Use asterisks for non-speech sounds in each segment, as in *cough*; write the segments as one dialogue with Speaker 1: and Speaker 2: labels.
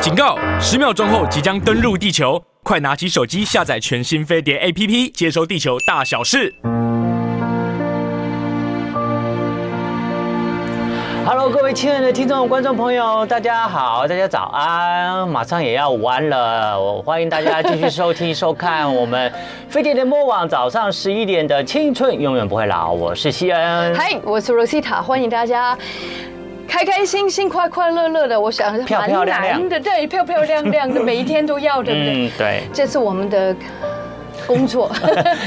Speaker 1: 警告！十秒钟后即将登陆地球，快拿起手机下载全新飞碟 APP，接收地球大小事。
Speaker 2: Hello，各位亲爱的听众、观众朋友，大家好，大家早安，马上也要午安了，我欢迎大家继续收听、收看我们飞碟联播网早上十一点的《青春永远不会老》，我是西恩。
Speaker 3: 嗨，我是 Rosita，欢迎大家。开开心心、快快乐乐的，我想
Speaker 2: 漂
Speaker 3: 蛮
Speaker 2: 漂亮亮
Speaker 3: 难的，对，漂漂亮亮的，每一天都要，对不对？
Speaker 2: 嗯，对，
Speaker 3: 这是我们的
Speaker 2: *laughs*
Speaker 3: 工作，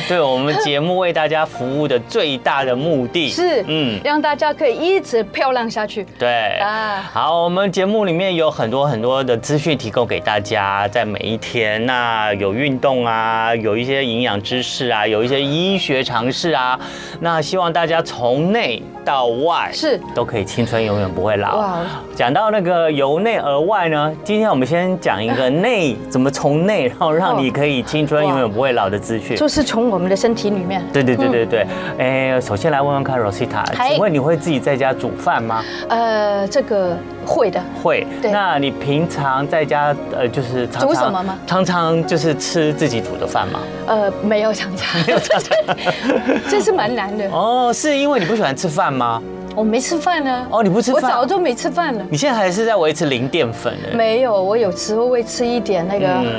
Speaker 2: 对我们节目为大家服务的最大的目的
Speaker 3: 是，
Speaker 2: 嗯哎
Speaker 3: 嗯，让大家可以一直漂亮下去。
Speaker 2: 对
Speaker 3: 啊
Speaker 2: 好，我们节目里面有很多很多的资讯提供给大家，在每一天，那有运动啊，有一些营养知识啊，有一些医学常识啊，那希望大家从内到外
Speaker 3: 是
Speaker 2: 都可以青春永远不会老
Speaker 3: 哇。
Speaker 2: 讲到那个由内而外呢，今天我们先讲一个内怎么从内，然后让你可以青春永远不会老的资讯。
Speaker 3: 就是从我们的身体里面，
Speaker 2: 对对对对对，哎、首先来问问看 Rosita，
Speaker 3: 嗨
Speaker 2: 请问你会自己在家煮饭吗？
Speaker 3: 呃，这个会的，
Speaker 2: 会。
Speaker 3: 对
Speaker 2: 那你平常在家呃，就是常常
Speaker 3: 煮什么吗
Speaker 2: 常常就是吃自己煮的饭吗？
Speaker 3: 呃，没有常常， *laughs* 这是蛮难的。
Speaker 2: 哦，是因为你不喜欢吃饭吗？
Speaker 3: 我没吃饭呢，
Speaker 2: 哦，你不吃
Speaker 3: 我
Speaker 2: 饭，
Speaker 3: 早就没吃饭了。
Speaker 2: 你现在还是在维持零淀粉欸呢。
Speaker 3: 没有，我有时候会吃一点那个，
Speaker 2: 嗯，哦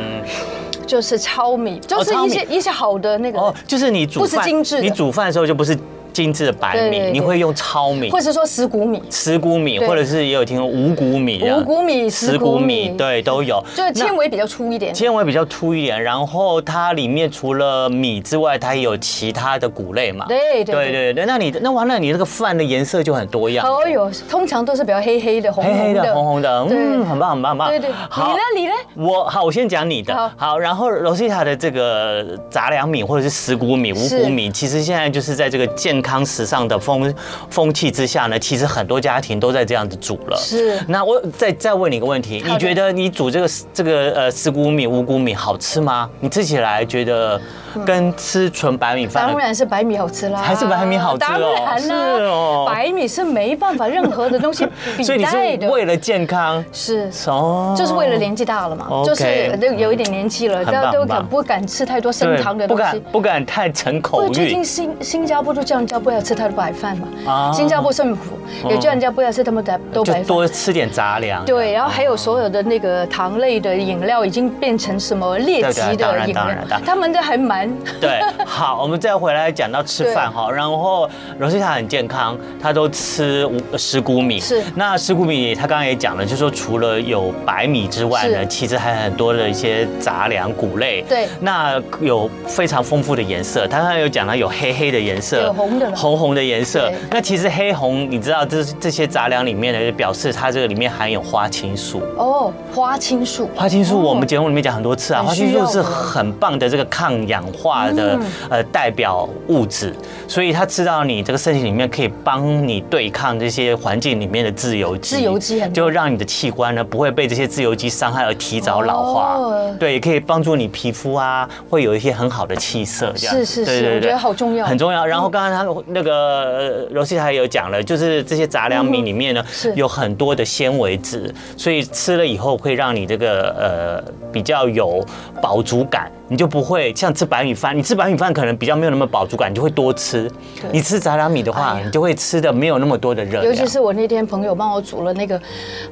Speaker 3: 就是糙米，就是
Speaker 2: 糙
Speaker 3: 一
Speaker 2: 米
Speaker 3: 些一些好的那个，
Speaker 2: 哦，就是你煮
Speaker 3: 不是
Speaker 2: 饭，
Speaker 3: 精致的
Speaker 2: 你煮饭的时候就不是精致的白
Speaker 3: 对
Speaker 2: 米，
Speaker 3: 对对
Speaker 2: 你会用糙米
Speaker 3: 或。者说石谷米、
Speaker 2: 石谷米，
Speaker 3: 对
Speaker 2: 或者是也有听过五谷米啊，
Speaker 3: 五谷米、石
Speaker 2: 石
Speaker 3: 谷
Speaker 2: 谷
Speaker 3: 米
Speaker 2: 米，，，对，都有。
Speaker 3: 就是
Speaker 2: 那
Speaker 3: 纤维比较粗一点。
Speaker 2: 纤维比较粗一点，然后它里面除了米之外，它也有其他的谷类嘛。
Speaker 3: 对对对
Speaker 2: 对对对那你那完了，你那个饭的颜色就很多样，
Speaker 3: 哦哟，通常都是比较黑黑的、红
Speaker 2: 黑黑
Speaker 3: 红
Speaker 2: 的、红
Speaker 3: 的。
Speaker 2: 红的，嗯，
Speaker 3: 对
Speaker 2: 很棒很棒很棒。
Speaker 3: 对对，
Speaker 2: 好
Speaker 3: 你呢？你呢？
Speaker 2: 我好，我先讲你的。好
Speaker 3: 好
Speaker 2: 然后 Rosita 的这个杂粮米或者是石谷米、五
Speaker 3: 是
Speaker 2: 谷米，其实现在就是在这个健康时尚的风风气之下呢，其实很多家庭都在这样子煮了。
Speaker 3: 是
Speaker 2: 那我再再问你一个问题，
Speaker 3: 好的
Speaker 2: 你觉得你煮这个这个呃石谷米、五谷米好吃吗？你吃起来觉得跟吃纯白米饭
Speaker 3: 嗯当
Speaker 2: 的？
Speaker 3: 然是白米好吃啦，
Speaker 2: 还是白米好吃哦
Speaker 3: 当然啦，
Speaker 2: 是哦
Speaker 3: 白米是没办法任何的东西比
Speaker 2: *laughs* 所以你
Speaker 3: 代
Speaker 2: 是
Speaker 3: 的，
Speaker 2: 为了健康
Speaker 3: 是
Speaker 2: 哦，
Speaker 3: 就是为了年纪大了嘛，
Speaker 2: OK
Speaker 3: 就是都有一点年纪了，
Speaker 2: 很棒
Speaker 3: 都都
Speaker 2: 很棒
Speaker 3: 敢不敢吃太多升
Speaker 2: 对
Speaker 3: 糖的
Speaker 2: 不
Speaker 3: 东
Speaker 2: 敢
Speaker 3: 西。
Speaker 2: 不敢太逞
Speaker 3: 因
Speaker 2: 口
Speaker 3: 为最
Speaker 2: 欲
Speaker 3: 近。新新加坡都叫人家不要吃太多白饭嘛，
Speaker 2: 啊
Speaker 3: 新加坡政府也叫人家不要吃他们的多
Speaker 2: 就
Speaker 3: 白饭。
Speaker 2: 多吃点杂粮，
Speaker 3: 对，然后还有所有的那个糖类的饮料已经变成什么劣
Speaker 2: 对对
Speaker 3: 级
Speaker 2: 当
Speaker 3: 的
Speaker 2: 然
Speaker 3: 饮
Speaker 2: 当
Speaker 3: 料
Speaker 2: 然当然，
Speaker 3: 他们的还蛮
Speaker 2: 对，好，我们再回来讲到吃饭哈。然后罗西塔很健康，她都吃五呃石谷米。
Speaker 3: 是
Speaker 2: 那石谷米，她刚刚也讲了，就是说除了有白米之外呢，
Speaker 3: 是
Speaker 2: 其实还很多的一些杂粮谷类。
Speaker 3: 对
Speaker 2: 那有非常丰富的颜色，她刚刚有讲到有黑黑的颜色，
Speaker 3: 有红的了
Speaker 2: 红红的颜色
Speaker 3: 对。
Speaker 2: 那其实黑红，你知道这这些杂粮里面呢，就表示它这个里面含有花青素。
Speaker 3: 哦，花青素，哦
Speaker 2: 花青素，我们节目里面讲很多次啊，
Speaker 3: 很
Speaker 2: 花青
Speaker 3: 需要嗯
Speaker 2: 素是
Speaker 3: 的
Speaker 2: 很棒的这个抗氧化的呃代表物质，所以它吃到你这个身体里面，可以帮你对抗这些环境里面的自由基，
Speaker 3: 自由基很多
Speaker 2: 就让你的器官呢不会被这些自由基伤害而提早老化
Speaker 3: 哦，
Speaker 2: 对，也可以帮助你皮肤啊会有一些很好的气色，这样
Speaker 3: 是是
Speaker 2: 对
Speaker 3: 是
Speaker 2: 对
Speaker 3: 我
Speaker 2: 对
Speaker 3: 觉得好重要嗯
Speaker 2: 很重要。然后刚刚他那个呃罗西塔也有讲了，就是这些杂粮米里面呢
Speaker 3: 嗯是
Speaker 2: 有很多的纤维质，所以吃了以后会让你这个呃比较有饱足感，你就不会像吃白米饭，你吃白米饭可能比较没有那么饱足感，你就会多吃
Speaker 3: 对。
Speaker 2: 你吃杂粮米的话
Speaker 3: 哎，呀
Speaker 2: 你就会吃的没有那么多的热量，
Speaker 3: 尤其是我那天朋友帮我煮了那个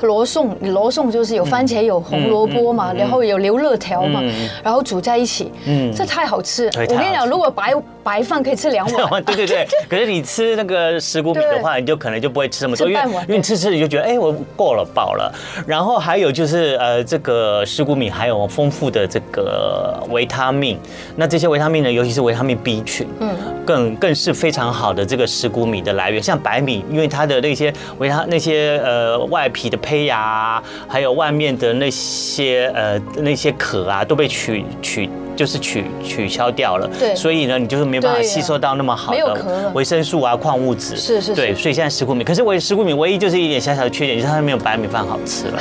Speaker 3: 罗宋，罗宋就是有番茄、有红萝卜嘛，然后有牛肋条嘛，然后煮在一起，
Speaker 2: 嗯
Speaker 3: 这太好吃了。
Speaker 2: 对
Speaker 3: 我跟
Speaker 2: 太好
Speaker 3: 你
Speaker 2: 吃
Speaker 3: 讲，如果白白饭可以吃两碗，
Speaker 2: *laughs* 对
Speaker 3: *laughs*
Speaker 2: 对对，可是你吃那个石谷米的话，你就可能就不会吃这么多，
Speaker 3: 吃
Speaker 2: 因为
Speaker 3: 半碗
Speaker 2: 因为你吃吃你就觉得哎、我够了饱了。然后还有就是呃这个石谷米还有丰富的这个维他命，那这些维他命呢，尤其是维他命 B 群，嗯，更更是非常好的这个石谷米的来源。像白米，因为它的那些维他那些呃外皮的胚芽、啊，还有外面的那些呃那些壳啊，都被取取就是取取消掉了，
Speaker 3: 对
Speaker 2: 所以呢，你就是没办法
Speaker 3: 对呀
Speaker 2: 吸收到那么好
Speaker 3: 没有壳
Speaker 2: 的
Speaker 3: 了
Speaker 2: 维生素啊、矿物质，
Speaker 3: 是是
Speaker 2: 对，
Speaker 3: 是
Speaker 2: 所以现在石谷米，可是我石谷米唯一就是一点小小的缺点，就是它没有白米饭好吃
Speaker 3: *laughs*
Speaker 2: 了。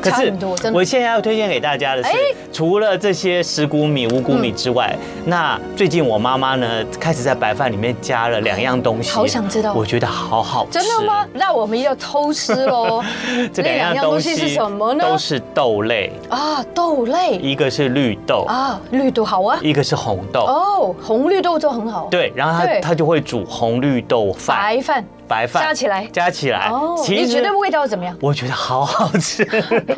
Speaker 2: 可
Speaker 3: 差
Speaker 2: 是
Speaker 3: 很多真的哎
Speaker 2: 我现在要推荐给大家的是，除了这些石谷米、五谷米
Speaker 3: 嗯
Speaker 2: 之外，那最近我妈妈呢开始在白饭里面加了两样东西，
Speaker 3: 好想知道
Speaker 2: 我觉得好好吃，！
Speaker 3: 真的吗？？那我们要偷吃喽
Speaker 2: *laughs* 这两样东西
Speaker 3: 是什么呢？
Speaker 2: 都是豆类，
Speaker 3: 啊，豆类
Speaker 2: 一个是绿豆，
Speaker 3: 啊，绿豆好啊。
Speaker 2: 一个是红豆。
Speaker 3: 哦，红绿豆都很好。，
Speaker 2: 对，然后它
Speaker 3: 对
Speaker 2: 它就会煮红绿豆饭，
Speaker 3: 白饭。
Speaker 2: 白饭
Speaker 3: 加起来
Speaker 2: 加起来。
Speaker 3: 哦，
Speaker 2: 其
Speaker 3: 你觉
Speaker 2: 实
Speaker 3: 得味道怎
Speaker 2: *laughs*
Speaker 3: 么样？
Speaker 2: 我觉得好好
Speaker 3: *laughs*
Speaker 2: 吃。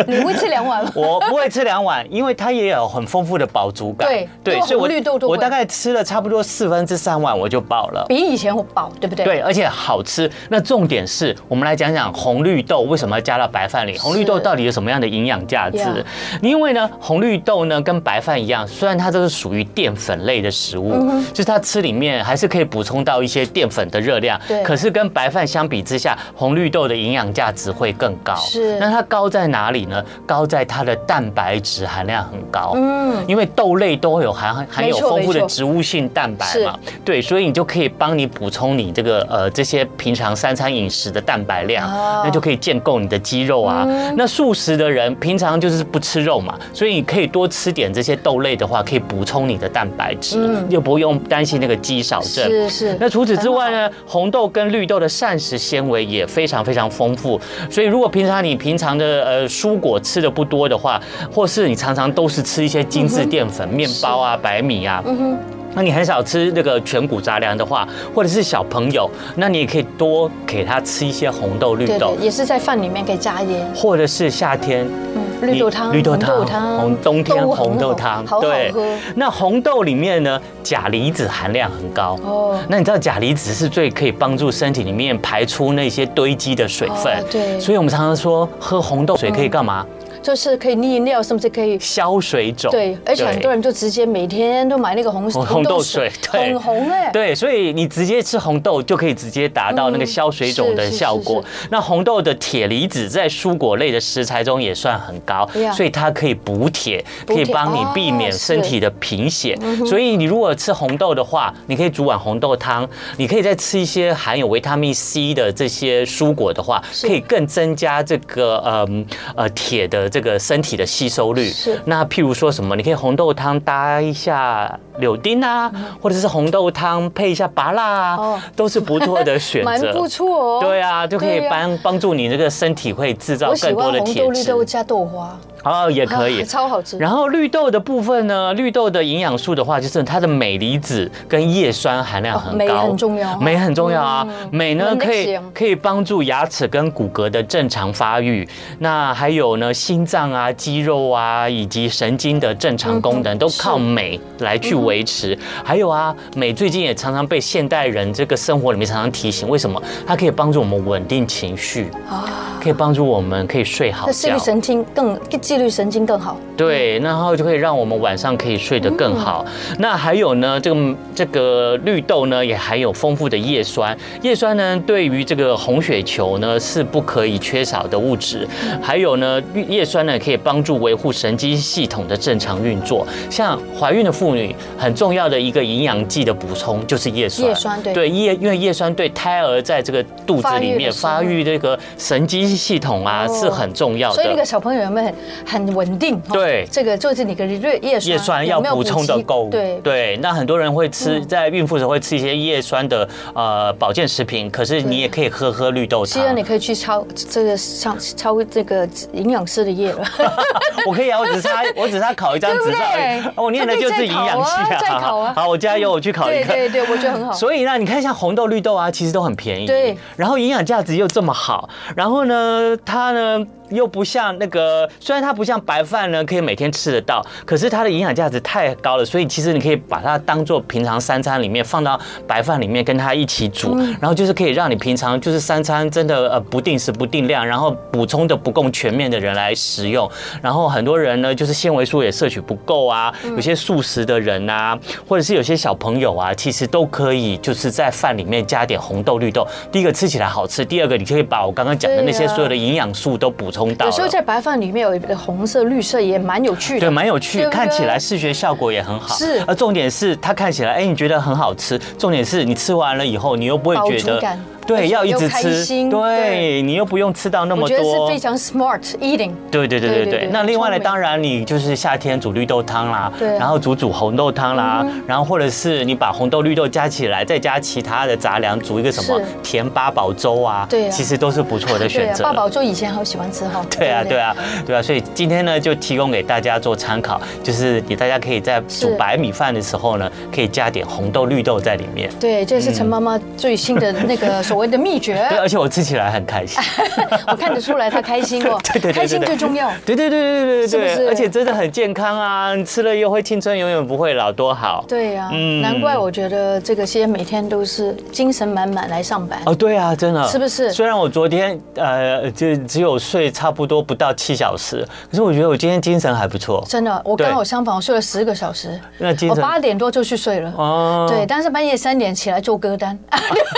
Speaker 3: 你会吃两碗吗？
Speaker 2: 我不会吃两碗，因为它也有很丰富的饱足感。
Speaker 3: 对多
Speaker 2: 所以我
Speaker 3: 红绿豆都
Speaker 2: 我
Speaker 3: 会
Speaker 2: 大概吃了差不多四分之三碗我就饱了。
Speaker 3: 比以前饱，对不对？
Speaker 2: 对，而且好吃。那重点是我们来讲讲红绿豆为什么要加到白饭里？红绿豆到底有什么样的营养价值
Speaker 3: Yeah？
Speaker 2: 因为呢，红绿豆呢跟白饭一样，虽然它都是属于淀粉类的食物，
Speaker 3: 嗯
Speaker 2: 就是它吃里面还是可以补充到一些淀粉的热量。
Speaker 3: 对
Speaker 2: 可是跟白饭相比之下，红绿豆的营养价值会更高。
Speaker 3: 是
Speaker 2: 那它高在哪里呢？高在它的蛋白质含量很高。
Speaker 3: 嗯，
Speaker 2: 因为豆类都会有含含有
Speaker 3: 没错
Speaker 2: 丰富的
Speaker 3: 没错
Speaker 2: 植物性蛋白嘛，对，所以你就可以帮你补充你这个呃这些平常三餐饮食的蛋白量，
Speaker 3: 哦
Speaker 2: 那就可以建构你的肌肉啊。
Speaker 3: 嗯
Speaker 2: 那素食的人平常就是不吃肉嘛，所以你可以多吃点这些豆类的话，可以补充你的蛋白质，
Speaker 3: 嗯
Speaker 2: 又不用担心那个肌少症。
Speaker 3: 是是。
Speaker 2: 那除此之外呢，红豆跟绿豆的膳食纤维也非常非常丰富，所以如果平常你平常的呃蔬果吃的不多的话，或是你常常都是吃一些精致淀粉、面包啊、白米啊，
Speaker 3: 嗯哼，
Speaker 2: 那你很少吃那个全谷杂粮的话，或者是小朋友，那你也可以多给他吃一些红豆、绿
Speaker 3: 对
Speaker 2: 豆
Speaker 3: 对，，也是在饭里面可以加一点
Speaker 2: 或者是夏天
Speaker 3: 嗯绿豆汤、
Speaker 2: 绿豆
Speaker 3: 红
Speaker 2: 汤
Speaker 3: 豆汤、
Speaker 2: 红冬天
Speaker 3: 都很
Speaker 2: 红豆
Speaker 3: 好
Speaker 2: 汤
Speaker 3: 好好
Speaker 2: 对
Speaker 3: 喝
Speaker 2: 那红豆里面呢，钾离子含量很高。
Speaker 3: 哦。
Speaker 2: 那你知道钾离子是最可以帮助身体里面排出那些堆积的水分，
Speaker 3: 哦对
Speaker 2: 所以我们常常说喝红豆水可以干嘛？
Speaker 3: 就是可以利尿，甚至可以。
Speaker 2: 消水肿。
Speaker 3: 对，而且很多
Speaker 2: 人
Speaker 3: 人就直接每天都买那个红
Speaker 2: 红红豆水对
Speaker 3: 很红哎。
Speaker 2: 对，所以你直接吃红豆就可以直接达到那个
Speaker 3: 嗯
Speaker 2: 消水肿的
Speaker 3: 是是
Speaker 2: 效果。那红豆的铁离子在蔬果类的食材中也算很高，
Speaker 3: Yeah
Speaker 2: 所以它可以补铁，可
Speaker 3: 补
Speaker 2: 以
Speaker 3: 铁嗯
Speaker 2: 帮你避免
Speaker 3: 哦
Speaker 2: 身体的贫血。所以你如果吃红豆的话，你可以煮碗红豆汤，你可以再吃一些含有维他命 C 的这些蔬果的话，
Speaker 3: 是
Speaker 2: 可以更增加这个嗯呃铁的这个身体的吸收率。
Speaker 3: 是
Speaker 2: 那譬如说什么，你可以红豆汤搭一下柳丁啊，或者是红豆汤配一下拔辣
Speaker 3: 嗯哦
Speaker 2: 啊，都是不错的选
Speaker 3: *laughs* 蛮
Speaker 2: 择。
Speaker 3: 不错哦。
Speaker 2: 对啊，就可以
Speaker 3: 对啊
Speaker 2: 帮帮助你这个身体会制造
Speaker 3: 我喜
Speaker 2: 更多
Speaker 3: 欢
Speaker 2: 的
Speaker 3: 红
Speaker 2: 铁
Speaker 3: 豆、绿
Speaker 2: 质
Speaker 3: 豆加豆花，
Speaker 2: 哦，也可以
Speaker 3: 啊。超好吃。
Speaker 2: 然后绿豆的部分呢，绿豆的营养素的话，就是它的镁离子跟叶酸含量很高，
Speaker 3: 哦镁很重要哦
Speaker 2: 镁很重要啊。
Speaker 3: 嗯
Speaker 2: 镁呢
Speaker 3: 能
Speaker 2: 可以
Speaker 3: 行
Speaker 2: 可以帮助牙齿跟骨骼的正常发育，那还有呢心脏啊、肌肉啊以及神经的正常功能、
Speaker 3: 嗯
Speaker 2: 都
Speaker 3: 是
Speaker 2: 靠镁来去维持。还有啊，镁最近也常常被现代人这个生活里面常常提醒，为什么？它可以帮助我们稳定情绪，
Speaker 3: 啊，
Speaker 2: 可以帮助我们可以睡好
Speaker 3: 那自
Speaker 2: 觉
Speaker 3: 律。神经更自律神经更好。
Speaker 2: 对，然后就可以让我们晚上可以睡得更好。
Speaker 3: 嗯
Speaker 2: 那还有呢，这个这个绿豆呢，也含有丰富的叶酸，叶酸呢对于这个红血球呢是不可以缺少的物质。还有呢，绿叶酸呢可以帮助维护神经系统的正常运作。像怀孕的妇女，很重要的一个营养剂的补充就是叶酸。
Speaker 3: 叶酸对
Speaker 2: 对叶，因为叶酸对胎儿在这个肚子
Speaker 3: 发育
Speaker 2: 里
Speaker 3: 的
Speaker 2: 面
Speaker 3: 时候
Speaker 2: 发育这个神经系统啊、
Speaker 3: 哦
Speaker 2: 是很重要的。
Speaker 3: 所以那个小朋友有没有很很稳定？哦
Speaker 2: 对
Speaker 3: 这个就是你的叶叶酸
Speaker 2: 叶酸要
Speaker 3: 有没有
Speaker 2: 补充的
Speaker 3: 给
Speaker 2: 够，
Speaker 3: 对，嗯
Speaker 2: 那很多人会吃，在孕妇的时候会吃一些叶酸的呃保健食品，可是你也可以喝喝绿豆
Speaker 3: 既然
Speaker 2: 汤
Speaker 3: 啊你。可以去抄这个上抄这个营养师的页了，
Speaker 2: *laughs* 我可以啊，我只
Speaker 3: *laughs*
Speaker 2: 差我只差考一张哦执照而已
Speaker 3: 对不，对
Speaker 2: 我念的就是营养系
Speaker 3: 就可以再考啊再考
Speaker 2: *laughs*
Speaker 3: 啊
Speaker 2: 好，我加油，我去考一
Speaker 3: *laughs* 对
Speaker 2: 个。
Speaker 3: 对对，我觉得很好。
Speaker 2: 所以呢，你看像红豆、绿豆啊，其实都很便宜，
Speaker 3: 对，
Speaker 2: 然后营养价值又这么好，然后呢，它呢又不像那个，虽然它不像白饭呢可以每天吃得到，可是它的营养价值太高了，所以其实你可以把它当做平常三餐里面放到白饭里面跟它一起煮，
Speaker 3: 嗯
Speaker 2: 然后就是可以让你平常就是三餐真的呃不定时不定量，然后补充的不够全面的人来食用，然后很多人呢就是纤维素也摄取不够啊，
Speaker 3: 嗯
Speaker 2: 有些素食的人啊，或者是有些小朋友啊，其实都可以就是在饭里面加点红豆、绿豆。第一个吃起来好吃，第二个你可以把我刚刚讲的那些
Speaker 3: 对啊
Speaker 2: 所有的营养素都补充到了。
Speaker 3: 有时候在白饭里面有一个红色、绿色也蛮有趣的，
Speaker 2: 对，蛮有趣，
Speaker 3: 对不对
Speaker 2: 看起来视觉效果也很好。
Speaker 3: 是
Speaker 2: 而重点是它看起来，哎，你觉得很好吃。重点是你吃完了以后，你又不会
Speaker 3: 饱
Speaker 2: 觉
Speaker 3: 足
Speaker 2: 得
Speaker 3: 感，而
Speaker 2: 对，
Speaker 3: 且
Speaker 2: 要一
Speaker 3: 又
Speaker 2: 直
Speaker 3: 开
Speaker 2: 吃，
Speaker 3: 心
Speaker 2: 对
Speaker 3: 对
Speaker 2: 你又不用吃到那
Speaker 3: 我
Speaker 2: 么
Speaker 3: 觉得是
Speaker 2: 多
Speaker 3: 非。常 smart eating。
Speaker 2: 对对对
Speaker 3: 对
Speaker 2: 对
Speaker 3: 对
Speaker 2: 对。
Speaker 3: 对
Speaker 2: 那另外呢，
Speaker 3: 聪明
Speaker 2: 当然你就是夏天煮绿豆汤啦，
Speaker 3: 对啊嗯
Speaker 2: 然后煮煮红豆汤啦，然后或者是你把红豆绿豆加起来，再加其他的杂粮，煮一个什么
Speaker 3: 是
Speaker 2: 甜八宝粥啊，
Speaker 3: 对啊
Speaker 2: 其实都是不错的
Speaker 3: 对
Speaker 2: 选
Speaker 3: 啊，
Speaker 2: 择。
Speaker 3: 八宝粥以前好喜欢吃哈。
Speaker 2: 对啊，
Speaker 3: 不
Speaker 2: 对。啊，对啊，所以今天呢，就提供给大家做参考，就是你大家可以在
Speaker 3: 是
Speaker 2: 煮白米饭的时候呢，可以加点红豆、绿豆在里面。
Speaker 3: 对，这是陈妈妈最新的那个所谓的秘诀
Speaker 2: 嗯 *laughs* 对，，而且我吃起来很开心。，
Speaker 3: *laughs* 我看得出来她开心哦
Speaker 2: *laughs* 对对对对
Speaker 3: 开心最重要。
Speaker 2: 对对对对对
Speaker 3: 是不
Speaker 2: 对
Speaker 3: 是
Speaker 2: 对，而且真的很健康啊，你吃了又会青春永远不会老，多好。
Speaker 3: 对呀、
Speaker 2: 嗯
Speaker 3: 难怪我觉得这个些每天都是精神满满来上班。
Speaker 2: 哦，对啊，真的，
Speaker 3: 是不是
Speaker 2: 虽然我昨天呃，就只有睡差不多不到七小时，可是我觉得我今天精神还不错。
Speaker 3: 真的，我
Speaker 2: 对
Speaker 3: 刚好相反，我睡了十个小时，
Speaker 2: 那精
Speaker 3: 我
Speaker 2: 神
Speaker 3: 八点多就去睡了。
Speaker 2: 哦
Speaker 3: 对，但是半夜三点起来做歌单，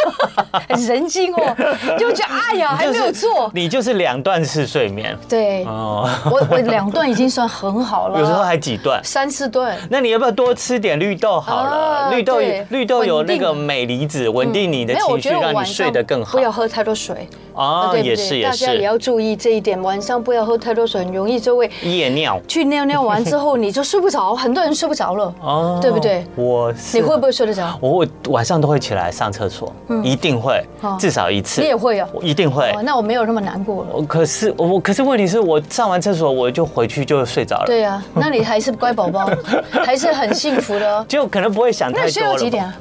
Speaker 3: *laughs* 很神经
Speaker 2: *laughs*
Speaker 3: 哦，就觉得哎呀还没有做。
Speaker 2: 你就是两段式睡眠
Speaker 3: 对，
Speaker 2: 哦，
Speaker 3: 我我两顿已经算很好了，
Speaker 2: 有时候还几段。
Speaker 3: 三四顿。
Speaker 2: 那你要不要多吃点绿豆好了？
Speaker 3: 啊
Speaker 2: 绿豆
Speaker 3: 对
Speaker 2: 绿豆有那个
Speaker 3: 稳定
Speaker 2: 镁离子，稳定你的
Speaker 3: 没有，我
Speaker 2: 情
Speaker 3: 觉
Speaker 2: 绪，
Speaker 3: 得我
Speaker 2: 让你
Speaker 3: 晚
Speaker 2: 睡
Speaker 3: 上
Speaker 2: 得更好
Speaker 3: 不。要喝太多水
Speaker 2: 哦
Speaker 3: 呃对不
Speaker 2: 也
Speaker 3: 对
Speaker 2: 是也
Speaker 3: 大家也
Speaker 2: 是，
Speaker 3: 要注意这一点，晚上不要喝太多水，很容易就会
Speaker 2: 夜尿
Speaker 3: 去尿尿完之后你就睡不着，很多人睡不着了，
Speaker 2: 哦
Speaker 3: 对不对？
Speaker 2: 我是
Speaker 3: 你会不会睡得着？
Speaker 2: 我我晚上都会起来上厕所，一定会
Speaker 3: 哦，
Speaker 2: 至少一次。
Speaker 3: 你也会啊？
Speaker 2: 我哎哦一定会
Speaker 3: 哦，。那我没有那么难过了。
Speaker 2: 我可是我可是问题是我上完厕所我就回去就睡着了，
Speaker 3: 对啊，那你还是乖宝
Speaker 2: *laughs*
Speaker 3: 宝，还是很幸福的哦。
Speaker 2: 就可能不会想
Speaker 3: 那
Speaker 2: 太
Speaker 3: 你睡
Speaker 2: 多
Speaker 3: 到
Speaker 2: 了。
Speaker 3: 几点啊？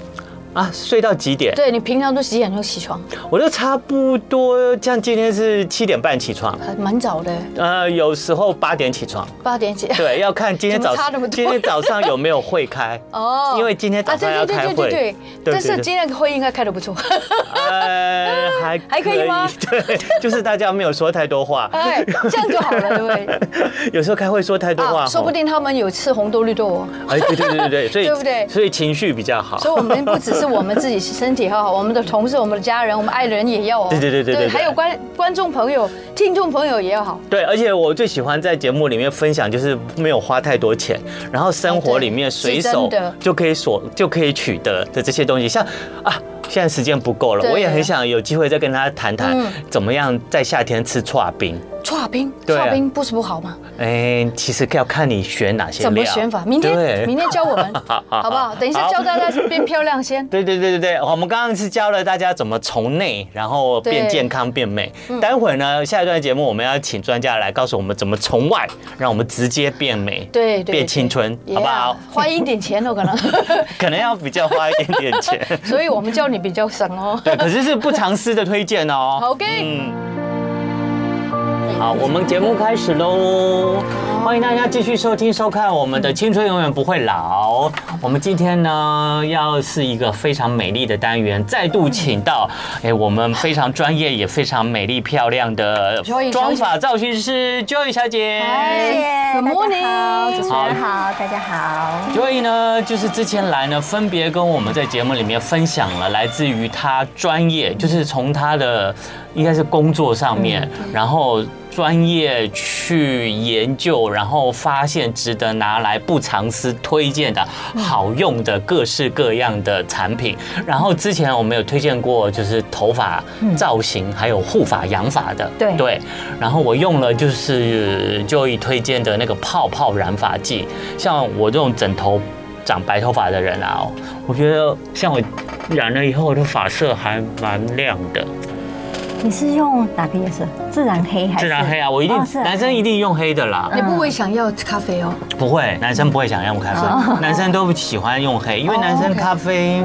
Speaker 2: 啊？睡到几点？
Speaker 3: 对你平常都几点钟起床？
Speaker 2: 我就差不多，像今天是七点半起床，
Speaker 3: 还蛮早的，
Speaker 2: 呃，有时候八点起床。
Speaker 3: 八点起。
Speaker 2: *laughs* 对，要看今天早
Speaker 3: 怎么差那么多
Speaker 2: 今天早上有没有会开
Speaker 3: *laughs* 哦
Speaker 2: 因为今天早
Speaker 3: 啊，
Speaker 2: 上
Speaker 3: 对
Speaker 2: 要
Speaker 3: 对
Speaker 2: 开
Speaker 3: 对
Speaker 2: 会，
Speaker 3: 对对对，但是
Speaker 2: 对
Speaker 3: 今天会应该开的不错。 *laughs*
Speaker 2: 呃还
Speaker 3: 还可以吗
Speaker 2: *laughs* 对，就是大家没有说太多话，
Speaker 3: 哎，这样就好了，对不对？
Speaker 2: *laughs* 有时候开会说太多话，
Speaker 3: 啊，说不
Speaker 2: 吼
Speaker 3: 定他们有吃红豆绿豆哦。
Speaker 2: 哎，对对对对对，所以
Speaker 3: *laughs* 对不对
Speaker 2: 所以情绪比较好
Speaker 3: 所。以，我们不只是我们自己身体好，我们的同事、我们的家人、我们爱的人也要哦。
Speaker 2: 对对对对对对
Speaker 3: 还有观观众朋友、听众朋友也要好。
Speaker 2: 对，而且我最喜欢在节目里面分享，就是没有花太多钱，然后生活里面
Speaker 3: 哎对
Speaker 2: 随
Speaker 3: 是
Speaker 2: 手
Speaker 3: 真的
Speaker 2: 就可以所就可以取得的这些东西，像啊，现在时间不够了，
Speaker 3: 对
Speaker 2: 我也很想有机会再跟大家谈谈
Speaker 3: 嗯
Speaker 2: 怎么样在夏天吃串冰。
Speaker 3: 串冰，
Speaker 2: 对啊
Speaker 3: 串冰不是不好吗？
Speaker 2: 哎，其实要看你选哪些料，
Speaker 3: 怎么选法？明
Speaker 2: 对
Speaker 3: 天明天教我们，
Speaker 2: *laughs* 好好好
Speaker 3: 好不好？等一下
Speaker 2: 好
Speaker 3: 教大家变漂
Speaker 2: *laughs*
Speaker 3: 亮先。
Speaker 2: 对对对对对，我们刚刚是教了大家怎么从内，然后变
Speaker 3: 对
Speaker 2: 健康变美。
Speaker 3: 嗯
Speaker 2: 待会儿呢，下一段节目我们要请专家来告诉我们怎么从外，让我们直接变美，
Speaker 3: 对对，
Speaker 2: 变青春，
Speaker 3: 对
Speaker 2: 好不好？
Speaker 3: Yeah，花一点钱哦，可
Speaker 2: *laughs*
Speaker 3: 能。，
Speaker 2: 可能要比较花一点点钱
Speaker 3: *laughs* 所以我们教你比较省哦。
Speaker 2: 对，可是是不藏私的推荐哦。
Speaker 3: 好，OK
Speaker 2: 嗯。好，我们节目开始喽！欢迎大家继续收听、收看我们的《青春永远不会老》。我们今天呢，要是一个非常美丽的单元，再度请到
Speaker 3: 嗯
Speaker 2: 哎，我们非常专业也非常美丽漂亮的
Speaker 3: Joy 小姐
Speaker 2: 妆发造型师 Joy 小姐。
Speaker 3: 嗨
Speaker 4: 谢谢大
Speaker 3: Good
Speaker 4: 家好，
Speaker 3: morning
Speaker 4: 主持人好，大家好。
Speaker 2: 所以呢，就是之前来呢，分别跟我们在节目里面分享了来自于他专业，就是从他的应该是工作上面，然后专业去研究，然后发现值得拿来不藏私推荐的好用的各式各样的产品。然后之前我们有推荐过，就是头发造型，还有护发、养发的，
Speaker 4: 对
Speaker 2: 对。然后我用了就是就以推荐的那个泡泡染发剂，像我这种枕头长白头发的人啊，我觉得像我染了以后，我的发色还蛮亮的，
Speaker 4: 你是用哪个颜色？自然黑还是？
Speaker 2: 自然黑啊，我一定
Speaker 4: 哦自然黑
Speaker 2: 男生一定用黑的啦，
Speaker 3: 你不会想要咖啡哦？
Speaker 2: 不会，男生不会想用咖啡，男生都喜欢用黑，因为
Speaker 3: 哦
Speaker 2: 男生
Speaker 3: OK
Speaker 2: 咖啡。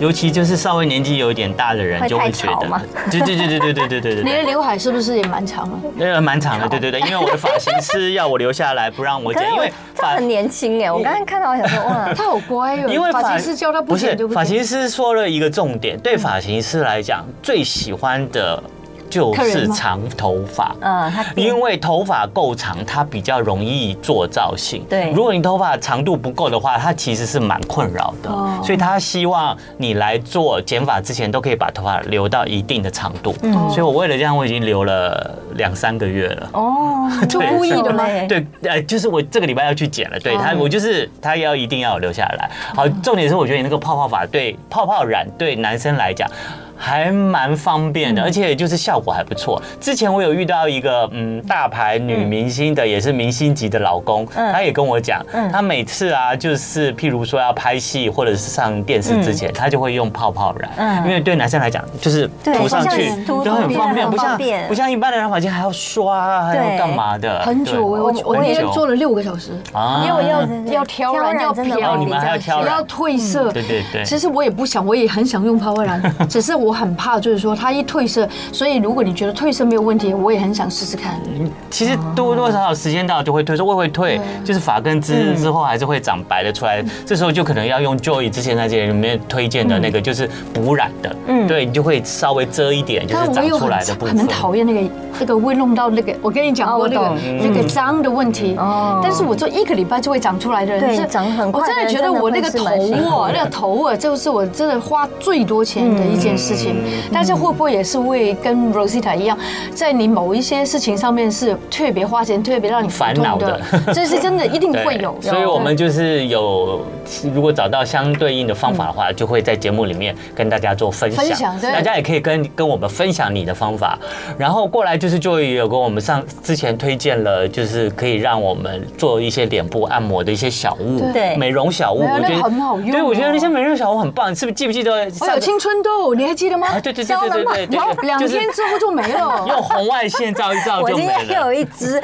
Speaker 2: 尤其就是稍微年纪有一点大的人
Speaker 4: 会
Speaker 2: 就会
Speaker 4: 太
Speaker 2: 觉
Speaker 4: 吵
Speaker 2: 得
Speaker 4: 吗，
Speaker 2: 对对对对对对对对对
Speaker 3: 你
Speaker 2: 对
Speaker 3: 的，刘海是不是也蛮长啊了？
Speaker 2: 呃，蛮长的，对对对，因为我的发型师要我留下来，不让我
Speaker 4: 可
Speaker 2: 剪，
Speaker 4: 是
Speaker 2: 因
Speaker 4: 我
Speaker 2: 为
Speaker 4: 这很年轻哎，我刚刚看到我想说哇，
Speaker 3: 他好乖哦，
Speaker 2: 因为
Speaker 3: 发型师教他不剪就不
Speaker 2: 发
Speaker 3: 剪。
Speaker 2: 型师说了一个重点，对发型师来讲，最喜欢的就
Speaker 3: 客人
Speaker 2: 是
Speaker 3: 吗
Speaker 2: 长头发。
Speaker 3: 嗯
Speaker 4: 呃，
Speaker 3: 啊
Speaker 4: 它变
Speaker 2: 因为头发够长，它比较容易做造型。
Speaker 4: 对
Speaker 2: 如果你头发长度不够的话，它其实是蛮困扰的。
Speaker 3: 哦
Speaker 2: 所以他希望你来做剪发之前，都可以把头发留到一定的长度。
Speaker 3: 哦
Speaker 2: 所以我为了这样，我已经留了两三个月了。
Speaker 4: 哦，
Speaker 3: 就故意的吗
Speaker 4: 对
Speaker 2: 对，呃，就是我这个礼拜要去剪了，对
Speaker 3: 哦
Speaker 2: 他，我就是他要一定要留下来。好，重点是我觉得你那个泡泡法对泡泡染对男生来讲。还蛮方便
Speaker 4: 嗯
Speaker 2: 的，而且就是效果还不错。之前我有遇到一个嗯大牌女明星的，也是明星级的老公，
Speaker 4: 嗯
Speaker 2: 他也跟我讲，
Speaker 4: 嗯
Speaker 2: 他每次啊就是譬如说要拍戏或者是上电视之前，他就会用泡泡染，
Speaker 4: 嗯
Speaker 2: 因为对男生来讲就是
Speaker 4: 对
Speaker 2: 涂上
Speaker 3: 好像
Speaker 2: 去
Speaker 3: 也
Speaker 4: 涂
Speaker 2: 就很
Speaker 3: 涂
Speaker 2: 方便，
Speaker 4: 很
Speaker 2: 不
Speaker 4: 方
Speaker 2: 像
Speaker 4: 便
Speaker 2: 不像一般的染发间还要刷啊，还要
Speaker 4: 对
Speaker 2: 干嘛的，
Speaker 3: 很久
Speaker 2: 对
Speaker 3: 我我我
Speaker 2: 哦很
Speaker 3: 也
Speaker 2: 久
Speaker 3: 做了六个小时，
Speaker 2: 啊
Speaker 3: 因为我要
Speaker 4: 对对对
Speaker 3: 要挑
Speaker 4: 挑
Speaker 3: 染
Speaker 4: 染
Speaker 3: 要
Speaker 4: 真的
Speaker 3: 漂
Speaker 4: 哦
Speaker 2: 你们还要挑染嗯
Speaker 3: 要褪色，
Speaker 2: 对对对
Speaker 3: 其实我也不想，我也很想用泡泡染，
Speaker 2: *laughs*
Speaker 3: 只是我很怕，就是说它一褪色，所以如果你觉得褪色没有问题，我也很想试试看。
Speaker 2: 嗯其实多多少少时间到就会退，说会会退，就是发根
Speaker 3: 嗯
Speaker 2: 之之后还是会长白的出来。这时候就可能要用 Joy 之前那些里面推荐的
Speaker 3: 嗯
Speaker 2: 那个，就是补染的，
Speaker 4: 嗯
Speaker 2: 对你就会稍微遮一点，就是
Speaker 3: 但我
Speaker 2: 长
Speaker 3: 又
Speaker 2: 出
Speaker 3: 很
Speaker 2: 来的部分。
Speaker 3: 很讨厌那个那个会弄到那个，我跟你讲
Speaker 4: 哦
Speaker 3: 过
Speaker 4: 我
Speaker 3: 那个
Speaker 4: 懂
Speaker 3: 那个脏的问题
Speaker 4: 哦。
Speaker 3: 但是我做一个礼拜就会长出来的人，
Speaker 4: 对
Speaker 3: 是
Speaker 4: 长很快
Speaker 3: 我真的觉得我那个头
Speaker 4: 真的会是蛮辛嗯苦
Speaker 3: 啊
Speaker 4: 的，
Speaker 3: 那个头啊，就是我真的花最多钱的一件事情。
Speaker 4: 嗯
Speaker 3: 但是会不会也是为跟 Rosita 一样，在你某一些事情上面是特别花钱、特别让你
Speaker 2: 烦恼的
Speaker 3: 头痛的？这是真的，一定
Speaker 2: 对
Speaker 3: 会
Speaker 2: *laughs*
Speaker 3: 有。
Speaker 2: 所以我们就是有，如果找到相对应的方法的话，就会在节目里面跟大家做分享。
Speaker 3: 嗯分享对
Speaker 2: 大家也可以跟跟我们分享你的方法。然后过来就是就有跟我们上之前推荐了，就是可以让我们做一些脸部按摩的一些小物，
Speaker 4: 对
Speaker 2: 美容小物，
Speaker 3: 没有哎那个很好用
Speaker 2: 对，我觉得
Speaker 3: 哦
Speaker 2: 那些美容小物很棒，是不是记不记得
Speaker 3: 我
Speaker 2: 上
Speaker 3: 哦有
Speaker 2: 个？
Speaker 3: 青春痘，你还记得吗？
Speaker 2: 啊对对对
Speaker 3: 消了
Speaker 2: 对对
Speaker 3: 吗
Speaker 2: 对对
Speaker 3: 然后
Speaker 2: 对
Speaker 3: 两
Speaker 2: 就是
Speaker 3: 天之后就没了。
Speaker 2: 用红外线照一照
Speaker 4: 我
Speaker 2: 就
Speaker 4: 今
Speaker 2: 没
Speaker 4: 天又
Speaker 2: 了。
Speaker 4: 有一只，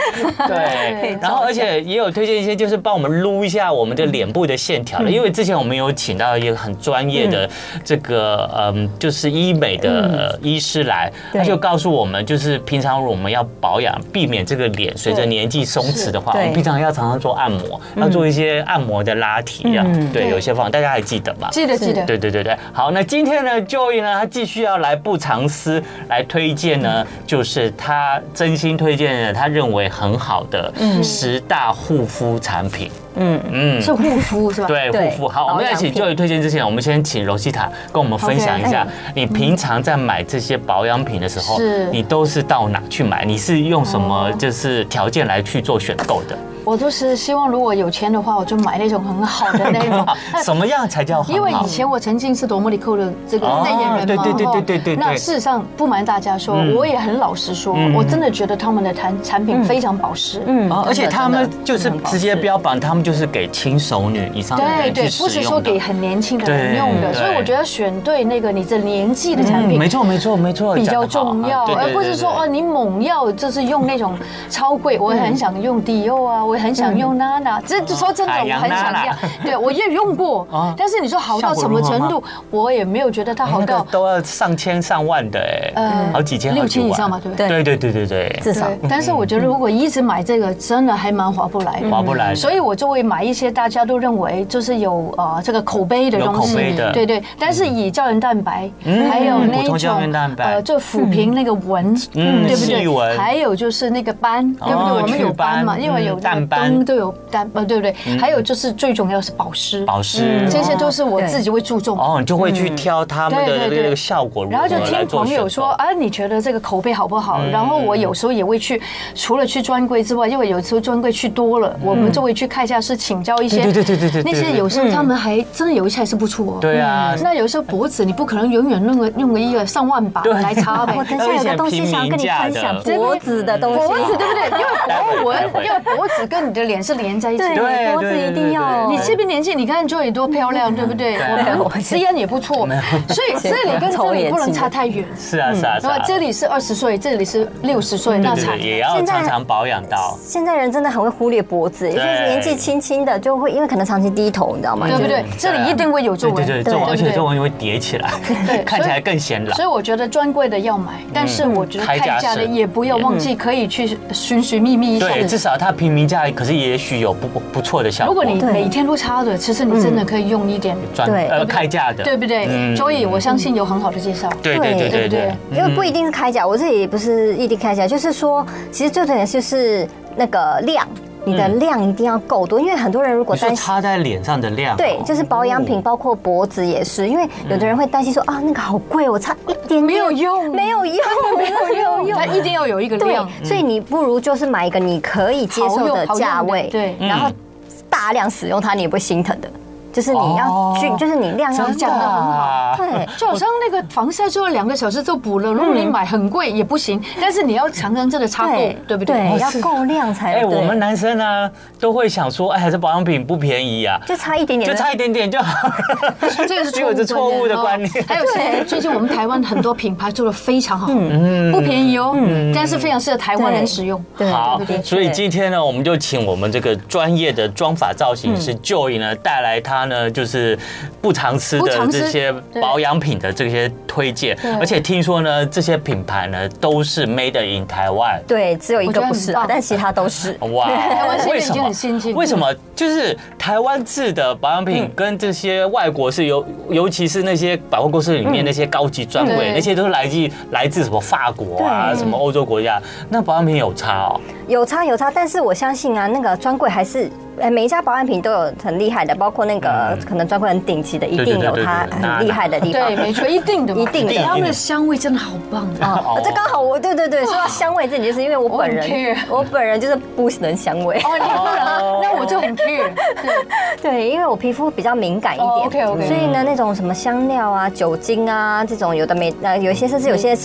Speaker 2: 对
Speaker 3: 对，
Speaker 2: 然后而且也有推荐一些，就是帮我们撸一下我们的脸部的线
Speaker 4: 嗯
Speaker 2: 条的，因为之前我们有请到一个很专业的这个嗯，就是医美的呃医师来，
Speaker 4: 嗯对
Speaker 2: 他就告诉我们，就是平常我们要保养，避免这个脸随着年纪松弛的话，
Speaker 4: 是
Speaker 2: 我
Speaker 4: 对
Speaker 2: 们平常要常常做按摩，要做一些按摩的拉提啊
Speaker 4: 嗯，
Speaker 2: 对，
Speaker 3: 对
Speaker 2: 有些方法大家还记得吧？
Speaker 3: 记得记得，
Speaker 2: 对对对对，好，那今天呢，Joy 呢，他继续要来不藏私来推荐呢，就是他真心推荐的，他认为很好的十大护肤产品。
Speaker 4: 嗯，
Speaker 2: 嗯，
Speaker 3: 是护肤是吧？
Speaker 2: 对
Speaker 4: 对
Speaker 2: 护肤。好，我们
Speaker 4: 保
Speaker 2: 在
Speaker 4: 养
Speaker 2: 请
Speaker 4: 品
Speaker 2: Joy 推荐之前，我们先请柔西塔跟我们分享一下，你平常在买这些保养品的时候
Speaker 3: 是，
Speaker 2: 你都是到哪去买？你是用什么就是条件来去做选购的？
Speaker 3: 我就是希望如果有钱的话，我就买那种很好的那
Speaker 2: *laughs*
Speaker 3: 种。那
Speaker 2: 什么样才叫很
Speaker 3: 因为
Speaker 2: 好
Speaker 3: 以？前我曾经是多么利寇的这个
Speaker 2: 哦
Speaker 3: 代言人嘛，
Speaker 2: 对对对
Speaker 3: 哈
Speaker 2: 对对对对
Speaker 3: 那事实上不瞒大家说，
Speaker 2: 嗯
Speaker 3: 我也很老实说，
Speaker 2: 嗯
Speaker 3: 我真的觉得他们的产产品非常保湿。
Speaker 4: 嗯
Speaker 2: 哦，而且他们就是直接
Speaker 4: 标。
Speaker 2: 标榜，他们就是给轻熟女以上的
Speaker 3: 对
Speaker 2: 人
Speaker 3: 对
Speaker 2: 去，
Speaker 3: 不
Speaker 2: 使
Speaker 3: 是说
Speaker 2: 用的嗯
Speaker 3: 给。很年轻的人用的，
Speaker 2: 对
Speaker 3: 所以我觉得选对那个你这年纪的产
Speaker 2: 嗯，
Speaker 3: 品
Speaker 2: 没错没错没错，
Speaker 3: 比
Speaker 2: 讲
Speaker 3: 较
Speaker 2: 得好啊
Speaker 3: 重要，
Speaker 2: 对对
Speaker 3: 而
Speaker 2: 对
Speaker 3: 不是说哦，
Speaker 2: 对
Speaker 3: 你猛药就是用那种超贵，我很想用迪欧啊，我很想用娜娜，这这说真的，
Speaker 2: 嗯海
Speaker 3: 我
Speaker 2: 洋
Speaker 3: 很想
Speaker 2: 娜娜
Speaker 3: 要，对我也用过
Speaker 2: 哦，
Speaker 3: 但是你说好到什么程
Speaker 2: 效
Speaker 3: 度，我也没有觉得它
Speaker 2: 哎
Speaker 3: 好
Speaker 2: 那个
Speaker 3: 到
Speaker 2: 都要上千上万的哎
Speaker 3: 呃，
Speaker 2: 好几千
Speaker 3: 六
Speaker 2: 好几
Speaker 3: 千以
Speaker 2: 万
Speaker 3: 上嘛，对不对？
Speaker 4: 对
Speaker 2: 对对对对对，
Speaker 4: 至少
Speaker 3: 对，但是我觉
Speaker 2: 嗯
Speaker 3: 得如果一直买这个，真的还蛮划不来的。
Speaker 2: 划不来的。
Speaker 3: 嗯所以我就会买一些大家都认为就是有呃这个口碑的东
Speaker 2: 有口
Speaker 3: 西
Speaker 2: 碑的，
Speaker 3: 对对。但是以胶原蛋白，
Speaker 2: 嗯
Speaker 3: 还有那
Speaker 2: 补充胶原蛋
Speaker 3: 种呃
Speaker 2: 白
Speaker 3: 就抚平那个纹，
Speaker 2: 嗯
Speaker 3: 对不
Speaker 2: 细纹
Speaker 3: 对？还有就是那个斑，
Speaker 2: 哦
Speaker 3: 对不对？我们有斑嘛，
Speaker 2: 祛斑
Speaker 3: 因为有
Speaker 2: 嗯
Speaker 3: 那
Speaker 2: 淡
Speaker 3: 个
Speaker 2: 斑嗯
Speaker 3: 灯都有斑，呃，对不对？还有就是最重要是保湿，
Speaker 2: 保湿
Speaker 3: 嗯这些都是我自己会注重。
Speaker 2: 哦，你就会去挑他们的
Speaker 3: 对对对
Speaker 2: 这个效果如何
Speaker 3: 然后就
Speaker 2: 呃来
Speaker 3: 听
Speaker 2: 做
Speaker 3: 朋友
Speaker 2: 选
Speaker 3: 说，
Speaker 2: 购嗯
Speaker 3: 啊，你觉得这个口碑好不好？然后我有时候也会去，除了去专柜之外，因为有时候专柜去多了，我们就会去看一下，是请教一些，
Speaker 2: 嗯对对对对对对对嗯
Speaker 3: 那些有时候他们还真的有一些还是不错哦。
Speaker 2: 对啊
Speaker 3: 嗯那有时候脖子你不可能永远弄个用个一个上万把来擦
Speaker 2: *laughs*
Speaker 3: 呗
Speaker 4: 我。等一下有个东西想要跟你分享，脖子的东西，
Speaker 3: 脖子对不对？因为脖
Speaker 2: *laughs* 待会
Speaker 3: 纹，因为脖子跟你的脸是连在一起的。
Speaker 4: 对，脖子一定要。
Speaker 3: 你这边年纪，你看 Joy 多漂
Speaker 2: 嗯
Speaker 3: 亮，对不对？
Speaker 2: *laughs*
Speaker 3: 我们吸烟也不错，所以这里跟这里不能差太远。
Speaker 2: 是啊是啊是
Speaker 3: 然后
Speaker 2: 啊，
Speaker 3: 嗯这里是二十岁，这里是六十岁，
Speaker 2: 对
Speaker 3: 那
Speaker 2: 对
Speaker 3: 才
Speaker 2: 对也要
Speaker 4: 现在
Speaker 2: 常常保养到。
Speaker 4: 现在人真的很会忽略脖子，有些年纪轻轻的就会，因为可能长期低头，你知道吗？
Speaker 3: 对
Speaker 2: 嗯
Speaker 3: 不对？这里一定会有皱
Speaker 2: 对对对，
Speaker 3: 纹，
Speaker 2: 皱
Speaker 3: 对
Speaker 2: 纹，
Speaker 3: 不
Speaker 2: 而且
Speaker 3: 对
Speaker 2: 皱纹会叠起来， *laughs* 看起来更显老
Speaker 3: 所。以我觉得专柜的要买，
Speaker 2: 嗯
Speaker 3: 但是我觉得开价的也不要忘记，可以去寻寻觅觅一下。
Speaker 2: 对，至少它平民价下，可是也许有不不不错的效果。
Speaker 3: 如果你
Speaker 4: 对
Speaker 3: 每天都擦的，其实你真的可以用一点，
Speaker 2: 转
Speaker 4: 对
Speaker 2: 呃开价的，
Speaker 3: 对不对？
Speaker 2: 嗯
Speaker 3: 所以我相信有很好的介绍。
Speaker 2: 对对对对
Speaker 3: 对
Speaker 2: 对，
Speaker 4: 因为不一定是开甲，我自己也不是一定开甲，就是说，其实最重要的就是那个量，你的量一定要够多，因为很多人如果
Speaker 2: 嗯你说
Speaker 4: 担心。
Speaker 2: 擦在脸上的量哦，嗯
Speaker 4: 对，就是保养品，包括脖子也是，因为有的人会担心说啊，那个好贵，我擦一点点
Speaker 3: 没有用
Speaker 4: 没有用，没
Speaker 3: *laughs*
Speaker 4: 有用，
Speaker 3: 它一定要有一个
Speaker 4: 对
Speaker 3: 量。，
Speaker 2: 嗯
Speaker 4: 所以你不如就是买一个你可以接受的价
Speaker 2: 嗯
Speaker 3: 好用好
Speaker 4: 位，
Speaker 3: 用的对
Speaker 4: 然后大量使用它，你也不会心疼的。就是你要去，
Speaker 2: 哦
Speaker 4: 就是你量要
Speaker 3: 真的讲得很
Speaker 2: 好
Speaker 4: 对，
Speaker 2: *laughs*
Speaker 3: 就好像那个防晒做了两个小时就补了，如
Speaker 2: 嗯
Speaker 3: 果你买很贵也不行，但是你要常常这个擦够，对不对？
Speaker 4: 对，
Speaker 2: 哦
Speaker 3: 你要
Speaker 4: 要够量才
Speaker 2: 哎，
Speaker 4: 对。
Speaker 2: 我们男生呢都会想说，哎，这保养品不便宜啊，
Speaker 4: 就差一点点，
Speaker 2: 就差一点点就好了。
Speaker 3: 这个是
Speaker 2: 结果是错误的
Speaker 3: 哦
Speaker 2: 观念
Speaker 3: 还有现在最近我们台湾很多品牌做的非常好，
Speaker 2: 嗯
Speaker 3: 不便宜哦，但是非常适合台湾人使用。
Speaker 4: 对
Speaker 2: 好
Speaker 4: 对对，对
Speaker 2: 所以今天呢，我们就请我们这个专业的妆发造型师 Joy 呢，带来他呢就是不常吃
Speaker 3: 不
Speaker 2: 的
Speaker 3: 常吃
Speaker 2: 这些
Speaker 3: 对
Speaker 2: 保养品的这些推荐
Speaker 3: 对，
Speaker 2: 而且听说呢，这些品牌呢都是 Made in 台湾。
Speaker 4: 对，只有一
Speaker 3: 我
Speaker 4: 个
Speaker 3: 觉得
Speaker 4: 不
Speaker 3: 很
Speaker 4: 是啊
Speaker 3: 棒，
Speaker 4: 但其他都是。
Speaker 2: 哇
Speaker 3: 台湾现在
Speaker 2: 为
Speaker 3: 已
Speaker 2: 什
Speaker 3: 经
Speaker 2: 么
Speaker 3: 很先进？嗯
Speaker 2: 为什么就是台湾制的保养品跟这些外国是尤，尤其是那些百货公司里面那些高级专柜
Speaker 3: 嗯对，
Speaker 2: 那些都是来自来自什么法国啊，
Speaker 4: 对
Speaker 2: 什么欧洲国家，那保养品有差哦。
Speaker 4: 有差有差，但是我相信啊，那个专柜还是。呃每一家保养品都有很厉害的，包括那个可能专柜很顶级的，
Speaker 2: 嗯
Speaker 4: 一
Speaker 2: 对对
Speaker 4: 定有
Speaker 2: 对对
Speaker 4: 它
Speaker 2: 对
Speaker 4: 很厉害的地
Speaker 3: 对，
Speaker 2: *laughs*
Speaker 4: 方。
Speaker 3: 没错，一定的嘛，
Speaker 4: 一定的
Speaker 3: 台湾的香味真的好棒啊！
Speaker 4: 哦，这刚好我对对对，说到香味这里，就是因为我本
Speaker 3: 我很
Speaker 4: 人
Speaker 3: care，
Speaker 4: 我本人就是不能香味。
Speaker 2: 嗯
Speaker 3: 哦，你不然那我就很 care。对，
Speaker 4: 对，因为我皮肤比较敏感一
Speaker 3: 哦
Speaker 4: 点
Speaker 3: ，OK，OK
Speaker 4: 所以呢，那种什么香料啊、酒精啊这种，有的没呃，有一些甚至有些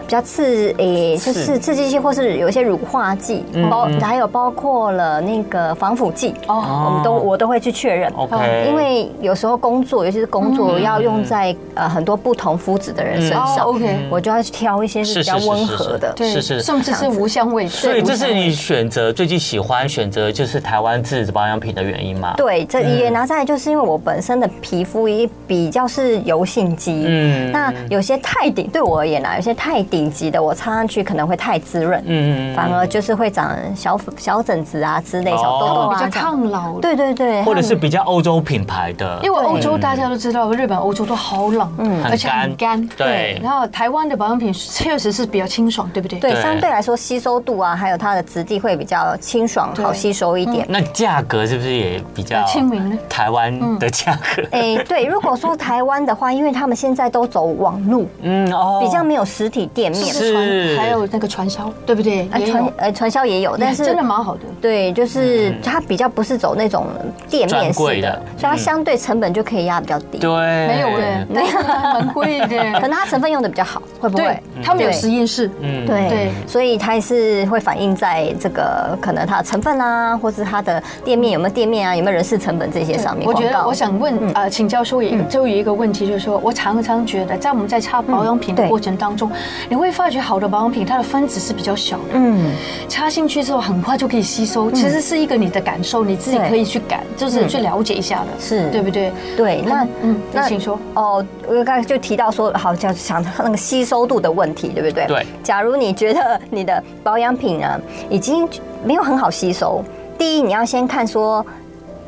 Speaker 4: 比较刺诶、
Speaker 2: 刺
Speaker 4: 就是刺激性，或是有一些乳化剂，包还有包括了那个防腐剂，
Speaker 3: 哦
Speaker 4: 哦，我们都我都会去确认。
Speaker 2: OK，
Speaker 4: 因为有时候工作，尤其是工作要用在呃很多不同肤质的人身
Speaker 3: 哦
Speaker 4: 上，
Speaker 3: ，OK，
Speaker 4: 我就要去挑一些嗯是比较温和的。
Speaker 2: 是是
Speaker 3: 对，
Speaker 2: 是
Speaker 3: 甚至是无香味。
Speaker 2: 所以
Speaker 3: 对
Speaker 2: 这
Speaker 3: 无香
Speaker 2: 是
Speaker 3: 味
Speaker 2: 你选择最近喜欢选择就是台湾制的保养品的原因吗？
Speaker 4: 对，这也拿再来，就是因为我本身的皮肤也比较是油性肌，
Speaker 2: 嗯
Speaker 4: 嗯，那有些太顶对我而言啊，有些太顶级的，我擦上去可能会太滋润，
Speaker 2: 嗯嗯嗯
Speaker 4: 嗯，反而就是会长小小疹子啊之类，小痘痘
Speaker 3: 哦比较
Speaker 4: 啊，长
Speaker 3: 抗老。
Speaker 4: 对对对，
Speaker 2: 或者
Speaker 4: 它
Speaker 2: 是比较欧洲品牌的，
Speaker 3: 因为欧洲大家都知道，日本、欧洲都好冷，而且很干。
Speaker 2: 嗯对
Speaker 3: 然后台湾的保养品确实是比较清爽，对不对？
Speaker 4: 对
Speaker 2: 对
Speaker 4: 相对来说吸收度啊，还有它的质地会比较清爽，
Speaker 3: 对
Speaker 4: 好吸收一点。
Speaker 2: 那价格是不是也比较
Speaker 3: 亲民呢？
Speaker 2: 台湾的价格，
Speaker 4: 诶，
Speaker 3: 嗯 *laughs*
Speaker 4: 对，如果说台湾的话，因为他们现在都走网路，
Speaker 2: 嗯哦
Speaker 4: 比较没有实体店面，
Speaker 2: 是
Speaker 3: 传还有那个传销，对不对？
Speaker 4: 呃
Speaker 3: 也
Speaker 4: 传
Speaker 3: 有，哎
Speaker 4: 呃传销也有，但是
Speaker 3: 真的蛮好的。
Speaker 4: 对，就是它比较不是走那种店
Speaker 2: 嗯
Speaker 4: 面
Speaker 2: 专
Speaker 4: 式
Speaker 2: 柜
Speaker 4: 的，
Speaker 2: 的嗯
Speaker 4: 所以它相对成本就可以压得比较低。
Speaker 2: 对，
Speaker 3: 没有哎，但是还蛮贵
Speaker 4: 可 *laughs*
Speaker 3: 的。
Speaker 4: 能它成分用的比较好，会不
Speaker 3: 对
Speaker 4: 会？，
Speaker 3: *laughs* 他们有实验室。
Speaker 2: 嗯
Speaker 4: 对，
Speaker 3: 对
Speaker 4: 所以它是会反映在这个可能它的成分啊，或是它的店面有没有店面啊，有没有人事成本这些上面。
Speaker 3: 我觉
Speaker 4: 广
Speaker 3: 得
Speaker 4: 告
Speaker 3: 我想问呃，请教授也就有一个问题，就是说我常常觉得，在我们在擦保养品的
Speaker 4: 对
Speaker 3: 过程当中，你会发觉好的保养品它的分子是比较小的，
Speaker 4: 嗯，
Speaker 3: 插进去之后很快就可以吸收，其实是一个你的感受，你自己可以去感，就是去了解一下的，
Speaker 4: 是
Speaker 3: 对不对？
Speaker 4: 对，那
Speaker 3: 嗯，那请说。
Speaker 4: 哦，我刚才就提到说，好，就想那个吸收度的问题，对不对？
Speaker 2: 对。
Speaker 4: 假如你觉得你的保养品啊已经没有很好吸收，第一你要先看说。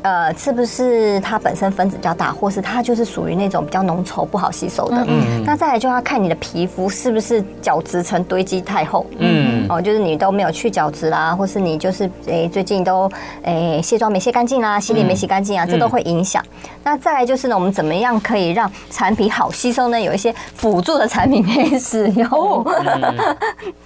Speaker 4: 呃，是不是它本身分子比较大，或是它就是属于那种比较浓稠、不好吸收的？嗯，那再来就要看你的皮肤是不是角质层堆积太厚。
Speaker 2: 嗯
Speaker 4: 嗯，哦，就是你都没有去角质啦，或是你就是诶、最近都诶、卸妆没卸干净啦，洗脸没洗干净啊，这都会影响。那再来就是呢，我们怎么样可以让产品好吸收呢？有一些辅助的产品可以使用。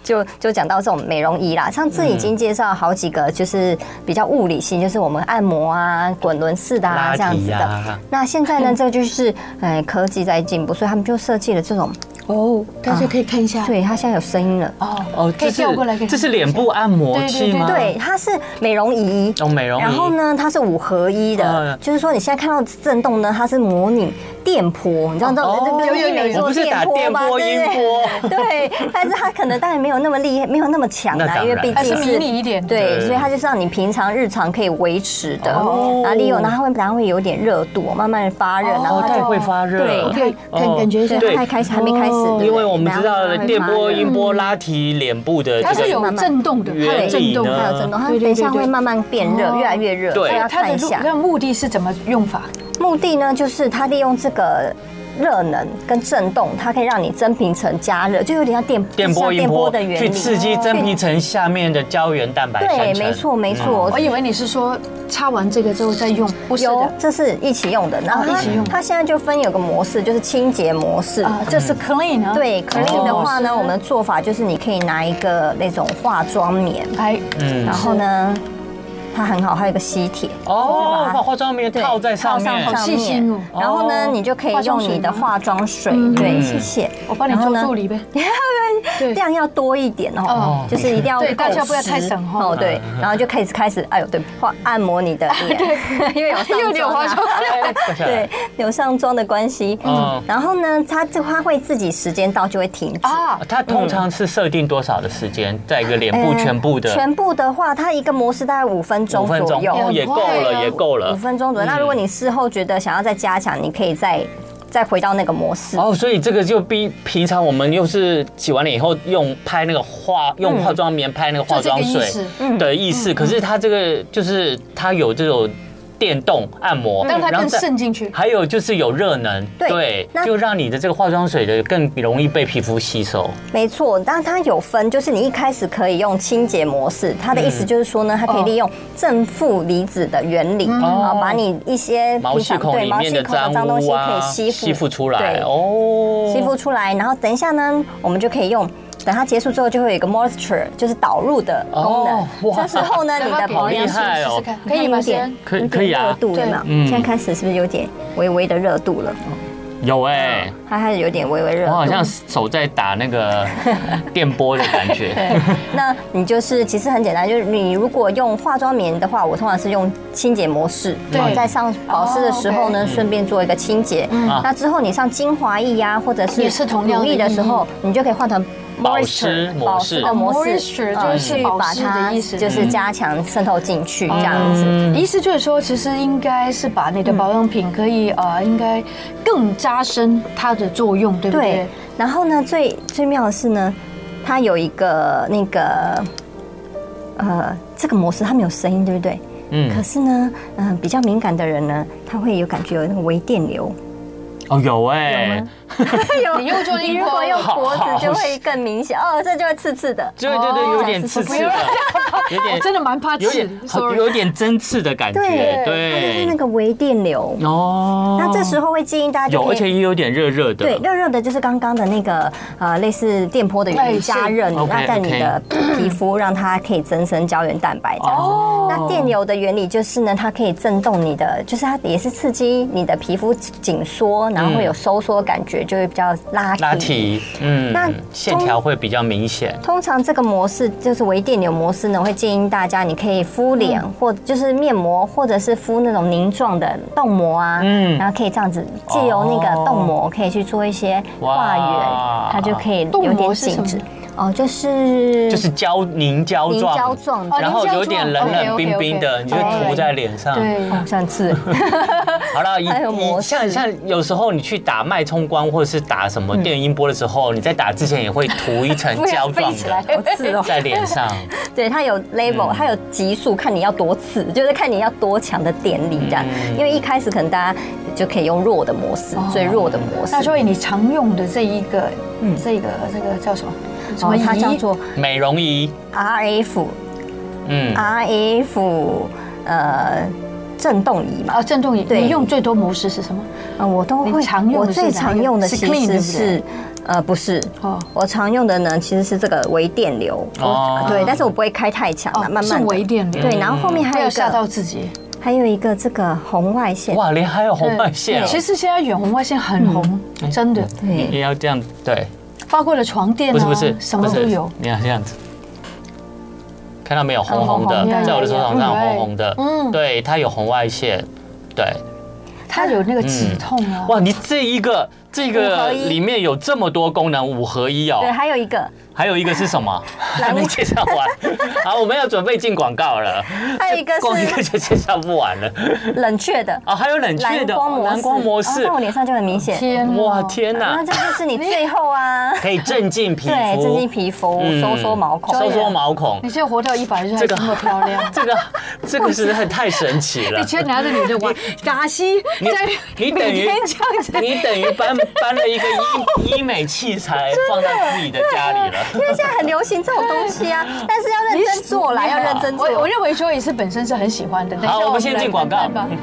Speaker 4: 就就讲到这种美容仪啦，上次已经介绍好几个，就是比较物理性，就是我们按摩啊、滚轮式的啊
Speaker 2: 拉
Speaker 4: 这样子
Speaker 2: 提嗯
Speaker 4: 的。
Speaker 2: 呀，
Speaker 4: 那现在呢，这就是呃科技在进步，所以他们就设计了这种，
Speaker 3: 哦，大家可以看一下。
Speaker 4: 对，它现在有声音了。
Speaker 3: 哦
Speaker 2: 哦，
Speaker 3: 可以
Speaker 2: 这是
Speaker 3: 调过来给你
Speaker 2: 这是
Speaker 3: 看
Speaker 2: 脸部啊按摩
Speaker 3: 对对
Speaker 2: 器
Speaker 3: 对
Speaker 2: 吗？
Speaker 4: 对，，它是美容仪，
Speaker 2: 哦美容仪
Speaker 4: 然后呢，它是五合一的，
Speaker 2: 嗯
Speaker 4: 就是说你现在看到震动呢，它是模拟电波，你知道这
Speaker 2: 哦
Speaker 4: 种
Speaker 3: 有有有
Speaker 4: 没
Speaker 2: 我
Speaker 4: 做
Speaker 2: 不是打电
Speaker 4: 吗？
Speaker 2: 波、音
Speaker 4: 对不
Speaker 2: 波，
Speaker 4: 对对，但是它可能当然没有那么厉害，没有那么强
Speaker 2: 那当
Speaker 4: 啦，
Speaker 2: 然
Speaker 4: 因为毕
Speaker 3: 还是迷
Speaker 4: 竟
Speaker 3: 你一点。
Speaker 4: 对，
Speaker 2: 对
Speaker 4: 所以它就是让你平常日常可以维持的，
Speaker 2: 哦
Speaker 4: 然后利用，然后它会然后会有点热度，慢慢发热，然后
Speaker 2: 哦，
Speaker 4: 它
Speaker 2: 它也会发热。
Speaker 4: 对
Speaker 5: 可以感
Speaker 2: 哦
Speaker 5: 感觉一下
Speaker 4: 对，
Speaker 2: 对
Speaker 4: 它还开始还没开始，对不对
Speaker 2: 因为我们知道
Speaker 4: 然后它会嗯
Speaker 2: 电
Speaker 4: 发
Speaker 2: 波、
Speaker 4: 热
Speaker 2: 音波拉提脸部的
Speaker 3: 它
Speaker 2: 这
Speaker 3: 是
Speaker 2: 个，
Speaker 3: 有震动的，它有
Speaker 2: 原
Speaker 3: 震
Speaker 2: 理
Speaker 3: 动，
Speaker 2: 呢
Speaker 4: 还有震动，它
Speaker 5: 对对
Speaker 4: 等一下
Speaker 5: 对对
Speaker 4: 会慢慢变热，
Speaker 2: 哦
Speaker 4: 越来越热，
Speaker 2: 对
Speaker 4: 所以要
Speaker 3: 它
Speaker 4: 看
Speaker 3: 的
Speaker 4: 一
Speaker 3: 路
Speaker 4: 下。
Speaker 3: 那目的是怎么用法？
Speaker 4: 目的呢，就是它利用这个。热能跟震动，它可以让你真皮层加热，就有点像电
Speaker 2: 电波、
Speaker 4: 像
Speaker 2: 音
Speaker 4: 电波
Speaker 2: 波
Speaker 4: 的原
Speaker 2: 去
Speaker 4: 理，哦
Speaker 2: 刺激真皮层下面的胶原蛋白生
Speaker 4: 对，
Speaker 2: 成。嗯
Speaker 4: 没错没错。
Speaker 2: 哦
Speaker 3: 我以为你是说擦完这个之后再用，不是
Speaker 4: 有
Speaker 3: 的，，啊
Speaker 4: 这是一起用的，然后
Speaker 3: 哦一起用
Speaker 4: 它它现在就分有个模式，就是清洁模式。
Speaker 2: 哦
Speaker 3: 啊，这是 clean 啊，
Speaker 4: 对，clean 的话呢，
Speaker 3: 是
Speaker 4: 我们的做法就是你可以拿一个那种化妆棉，
Speaker 3: 哎，
Speaker 2: 嗯
Speaker 4: 然后呢，它很好，还有一个吸铁，
Speaker 2: 哦
Speaker 4: 是吧，
Speaker 2: 把化妆棉
Speaker 4: 对
Speaker 2: 套在上
Speaker 4: 套
Speaker 2: 面
Speaker 4: 上。
Speaker 3: 好细心哦
Speaker 4: 然后呢，
Speaker 2: 哦
Speaker 4: 你就可以用你的化妆水，
Speaker 3: 嗯
Speaker 4: 对，
Speaker 2: 嗯
Speaker 4: 谢谢。
Speaker 3: 我帮你
Speaker 4: 然后
Speaker 3: 做
Speaker 4: 呢
Speaker 3: 助理呗，对，
Speaker 4: 量要多一点哦
Speaker 3: 哦，
Speaker 4: 就是一定要
Speaker 3: 对
Speaker 4: 够
Speaker 3: 大家不要
Speaker 4: 实
Speaker 3: 太省哦
Speaker 4: 哦，对，
Speaker 2: 嗯
Speaker 4: 然后就开始开始，哎呦，对，画按摩你的
Speaker 3: *laughs*
Speaker 4: 脸，因为有上
Speaker 3: 又有
Speaker 4: 妆
Speaker 3: 化
Speaker 4: 啊
Speaker 3: 妆，
Speaker 2: *laughs* 哎等一下 *laughs*
Speaker 4: *laughs* 对，有上妆的关系。
Speaker 2: 嗯
Speaker 4: 嗯，然后呢，它这它会自己时间到就会停止。
Speaker 3: 啊，
Speaker 2: 哦它通常是设定多少的时间，在一个脸部
Speaker 4: 嗯呃
Speaker 2: 全部的
Speaker 4: 全部的话，它一个模式大概五分
Speaker 2: 五
Speaker 4: 钟
Speaker 2: 分
Speaker 4: 左
Speaker 2: 钟，
Speaker 4: 右
Speaker 2: 哦，也够了，也够
Speaker 4: 五
Speaker 2: 了。嗯
Speaker 4: 分钟左右。那如果你事后觉得想要再加强，你可以再再回到那个模式。
Speaker 2: *laughs* 哦，所以这个就比平常我们又是洗完脸以后用拍那个化用化妆棉拍那个化妆
Speaker 3: 就这个
Speaker 2: 水
Speaker 3: 意思
Speaker 4: 嗯
Speaker 2: 的意思，可是它这个就是它有这种电动按
Speaker 4: 嗯
Speaker 2: 摩，
Speaker 3: 让它
Speaker 2: 然后
Speaker 3: 更
Speaker 2: 再
Speaker 3: 渗进去。
Speaker 2: 还有就是有热能，
Speaker 4: 对
Speaker 2: 对，
Speaker 4: 那
Speaker 2: 就让你的这个化妆水的更容易被皮肤吸收。
Speaker 4: 没错，但它有分，就是你一开始可以用清洁模式，它的意思就是说呢，它可以利
Speaker 2: 嗯
Speaker 4: 用正负离子的原理，啊，把你一些
Speaker 2: 毛
Speaker 4: 平
Speaker 2: 细
Speaker 4: 常
Speaker 2: 孔
Speaker 4: 对
Speaker 2: 里
Speaker 4: 毛
Speaker 2: 面
Speaker 4: 细
Speaker 2: 的
Speaker 4: 孔的
Speaker 2: 脏
Speaker 4: 脏东西
Speaker 2: 污
Speaker 4: 可
Speaker 2: 啊，
Speaker 4: 以吸附
Speaker 2: 吸附出来
Speaker 4: 对
Speaker 2: 哦，
Speaker 4: 吸附出来，然后等一下呢，我们就可以用。等它结束之后，就会有一个 moisture，就是导入的功
Speaker 2: 哦
Speaker 4: 能。
Speaker 2: 哇
Speaker 4: 这时候呢，你
Speaker 2: *laughs*
Speaker 4: 的
Speaker 2: 好
Speaker 4: 保
Speaker 2: 厉
Speaker 4: 养
Speaker 2: 害哦
Speaker 3: 试试看，可以吗？
Speaker 4: 有点
Speaker 3: 先
Speaker 2: 可以
Speaker 4: 有点
Speaker 2: 可以啊
Speaker 4: 热度有没有？
Speaker 2: 嗯
Speaker 4: 现在开始是不是有点微微的热度了？
Speaker 2: 有哎，
Speaker 4: 它开始有点微微热
Speaker 2: 我
Speaker 4: 度。
Speaker 2: 好像手在打那
Speaker 4: *laughs*
Speaker 2: 个电波的感觉。
Speaker 4: 对，那你就是其实很简单，就是你如果用化妆棉的话，我通常是用清洁模式，
Speaker 3: 对哦嗯
Speaker 4: 然后在上保湿的时候呢，顺便做一个清洁。
Speaker 2: 啊
Speaker 4: 那之后你上精华液呀，或者
Speaker 3: 也
Speaker 4: 是
Speaker 3: 是同样的
Speaker 4: 乳液的时候，你就可以换成
Speaker 2: 保
Speaker 4: moisture，
Speaker 2: 湿模
Speaker 4: 保
Speaker 2: 式
Speaker 4: 湿的模式
Speaker 3: Moisture，，
Speaker 4: 呃
Speaker 3: 就是
Speaker 4: 去
Speaker 3: 嗯保
Speaker 4: 把
Speaker 3: 湿的
Speaker 4: 它
Speaker 3: 意思
Speaker 2: 嗯
Speaker 3: 哦
Speaker 4: 就是加强渗透进去这样子。
Speaker 3: 意思就是说，其实应该是把你的保养品可以呃，应该更加深它的作用，对不
Speaker 4: 对
Speaker 3: 对？，
Speaker 4: 然后呢，最最妙的是呢，它有一个那个呃，这个模式它没有声音，对不对？
Speaker 2: 嗯
Speaker 4: 可是呢，嗯、比较敏感的人呢，他会有感觉有那个微电流。
Speaker 2: 哦，有哎，
Speaker 4: 有
Speaker 3: 你用做
Speaker 4: 你
Speaker 3: 音
Speaker 4: 如
Speaker 3: 波
Speaker 4: 果用
Speaker 2: 好
Speaker 4: 脖子
Speaker 2: 好
Speaker 4: 就会更明显哦，这就会刺刺的。
Speaker 2: 对对对，
Speaker 3: 哦
Speaker 2: *laughs* 有点刺刺的，有
Speaker 3: 我
Speaker 2: 点
Speaker 3: 真的蛮怕
Speaker 2: 有
Speaker 3: 刺
Speaker 2: 点
Speaker 3: ，sorry，
Speaker 2: 有点针刺的感觉，
Speaker 4: 它就是那
Speaker 2: 对，
Speaker 4: 个微电流。
Speaker 2: 哦
Speaker 4: 那这时候会建议大家就
Speaker 2: 有，
Speaker 4: 可
Speaker 2: 而
Speaker 4: 以
Speaker 2: 且也有点热热的，
Speaker 4: 对，热热的就是刚刚的那个呃，类似电波的原
Speaker 3: 哎
Speaker 4: 理
Speaker 3: 是
Speaker 4: 加热你，
Speaker 2: OK，
Speaker 4: 那在你
Speaker 2: OK
Speaker 4: 的皮肤让它可以增生胶原蛋白这样子。
Speaker 2: 哦
Speaker 4: 那电流的原理就是呢，它可以震动你的，就是它也是刺激你的皮肤紧缩，然后会有收缩感觉，就会比较拉
Speaker 2: 嗯拉提，嗯，
Speaker 4: 那嗯
Speaker 2: 线条会比较明显。
Speaker 4: 通常这个模式就是微电流模式呢，我会建议大家你可以
Speaker 2: 嗯
Speaker 4: 敷脸、或就是面膜，或者是敷那种凝状的冻膜啊，
Speaker 2: 嗯哦
Speaker 4: 然后可以这样子借由那个冻膜可以去做一些化
Speaker 2: 哇
Speaker 4: 缘，它就可以有
Speaker 3: 冻膜
Speaker 4: 点
Speaker 3: 是什
Speaker 4: 紧
Speaker 3: 么
Speaker 4: 致。哦，就是
Speaker 2: 就是胶凝胶
Speaker 4: 凝胶
Speaker 2: 状，
Speaker 4: 状
Speaker 3: 哦
Speaker 4: 的，
Speaker 2: 然后有点冷冷冰冰的，你
Speaker 3: 凝
Speaker 2: 就
Speaker 3: 胶状
Speaker 2: 涂在脸上。
Speaker 3: 对，
Speaker 4: 哦，像刺。
Speaker 2: 好
Speaker 4: *laughs*
Speaker 2: 了，以
Speaker 4: 还有模
Speaker 2: 以
Speaker 4: 式
Speaker 2: 像
Speaker 4: 嗯
Speaker 2: 像有时候你去打脉冲光或者是打什么电音波的时候，你在打之前也会涂一
Speaker 4: *laughs*
Speaker 2: 层 *laughs* 胶状的
Speaker 4: 好刺哦！
Speaker 2: 在脸上。
Speaker 4: 对，它
Speaker 2: 嗯
Speaker 4: 有 level，、它有级数，看你要多次，就是看你要多强的电力这样。
Speaker 2: 嗯
Speaker 4: 因为一开始可能大家就可以用弱的模式，最弱的模
Speaker 3: 哦
Speaker 4: 式。
Speaker 3: 那所以你常用的这一个，嗯，这个这个叫什么？
Speaker 2: 嗯
Speaker 3: 什么
Speaker 4: 哦它
Speaker 3: 仪
Speaker 4: 叫做
Speaker 2: 美容仪，
Speaker 4: RF 啊
Speaker 2: 嗯，
Speaker 4: RF 呃震动仪嘛
Speaker 3: 啊，，震动仪。
Speaker 4: 对
Speaker 3: 你用最多模式是什么？
Speaker 4: 嗯，我都会
Speaker 3: 你常用
Speaker 4: 我
Speaker 3: 的是
Speaker 4: 最常用的
Speaker 3: 哪一
Speaker 4: 其
Speaker 3: 个是 clean，对
Speaker 4: 实
Speaker 3: 不对
Speaker 4: 是呃不是
Speaker 3: 哦
Speaker 4: 哦，我常用的呢其实是这个微电流
Speaker 2: 哦
Speaker 4: 哦，对，但是我不会开太强
Speaker 3: 哦
Speaker 4: 了，慢慢
Speaker 3: 是
Speaker 4: 地
Speaker 3: 微电流嗯
Speaker 4: 对，然后后面
Speaker 3: 不
Speaker 4: 还有
Speaker 3: 要
Speaker 4: 一
Speaker 3: 吓到
Speaker 4: 个
Speaker 3: 自己。
Speaker 4: 还有一个这个红外线，
Speaker 2: 哇，脸还有红外线哦，
Speaker 3: 其实现在远红外线很红，哎真的，
Speaker 2: 也
Speaker 4: 对，
Speaker 2: 要这样对，
Speaker 3: 包括了床垫啊，
Speaker 2: 不是不是，
Speaker 3: 什么
Speaker 2: 不
Speaker 3: 都
Speaker 2: 是
Speaker 3: 有。，
Speaker 2: 你看这样子。看到没有，红红
Speaker 3: 红红
Speaker 2: 的，
Speaker 3: 的
Speaker 2: 在我的手掌上
Speaker 3: 对
Speaker 2: 红红的，
Speaker 3: 嗯
Speaker 2: 对，它有红外线，对，
Speaker 3: 它有那个止痛啊。
Speaker 2: 嗯哇，你这一个这
Speaker 4: 五
Speaker 2: 个
Speaker 4: 合一
Speaker 2: 里面有这么多功能，五合一哦。
Speaker 4: 对，还有一个，
Speaker 2: 还有一个是什么？还没介绍完。好，我们要准备进广告了。
Speaker 4: 还有一个
Speaker 2: 光一个
Speaker 4: 是
Speaker 2: 就介绍不完了
Speaker 4: 冷却的，
Speaker 2: 啊！还有冷却
Speaker 4: 蓝
Speaker 2: 的
Speaker 4: 光模式，
Speaker 2: 蓝光模式
Speaker 4: 哦在，我脸上就很明显。
Speaker 3: 天啊哪
Speaker 2: 哇天
Speaker 4: 然
Speaker 2: 哪
Speaker 4: 后！这就是你最后啊，
Speaker 2: 可以镇静皮
Speaker 4: 对，增进
Speaker 2: 肤，
Speaker 4: 皮肤，
Speaker 2: 嗯
Speaker 4: 收缩毛孔，
Speaker 2: 收缩毛孔
Speaker 3: 你，现在活到一百岁还这么漂
Speaker 2: *laughs*
Speaker 3: 亮，
Speaker 2: 这个这个实在太神奇了
Speaker 3: 以。前拿着
Speaker 2: *laughs*
Speaker 3: 你的碗，嘎西
Speaker 2: 你
Speaker 3: 在
Speaker 2: 你等
Speaker 3: 每
Speaker 2: 于
Speaker 3: 天这样子，
Speaker 2: 你等于搬搬了一个医医美器材放在自己的家里 *laughs* 了。
Speaker 4: 因为现在很流行这种东西啊，但是要认真做啦，要认真做。
Speaker 3: 我我认为周也是本身是很喜欢的。等一下
Speaker 2: 好我们
Speaker 3: 来
Speaker 2: 先进广告
Speaker 3: 看看吧。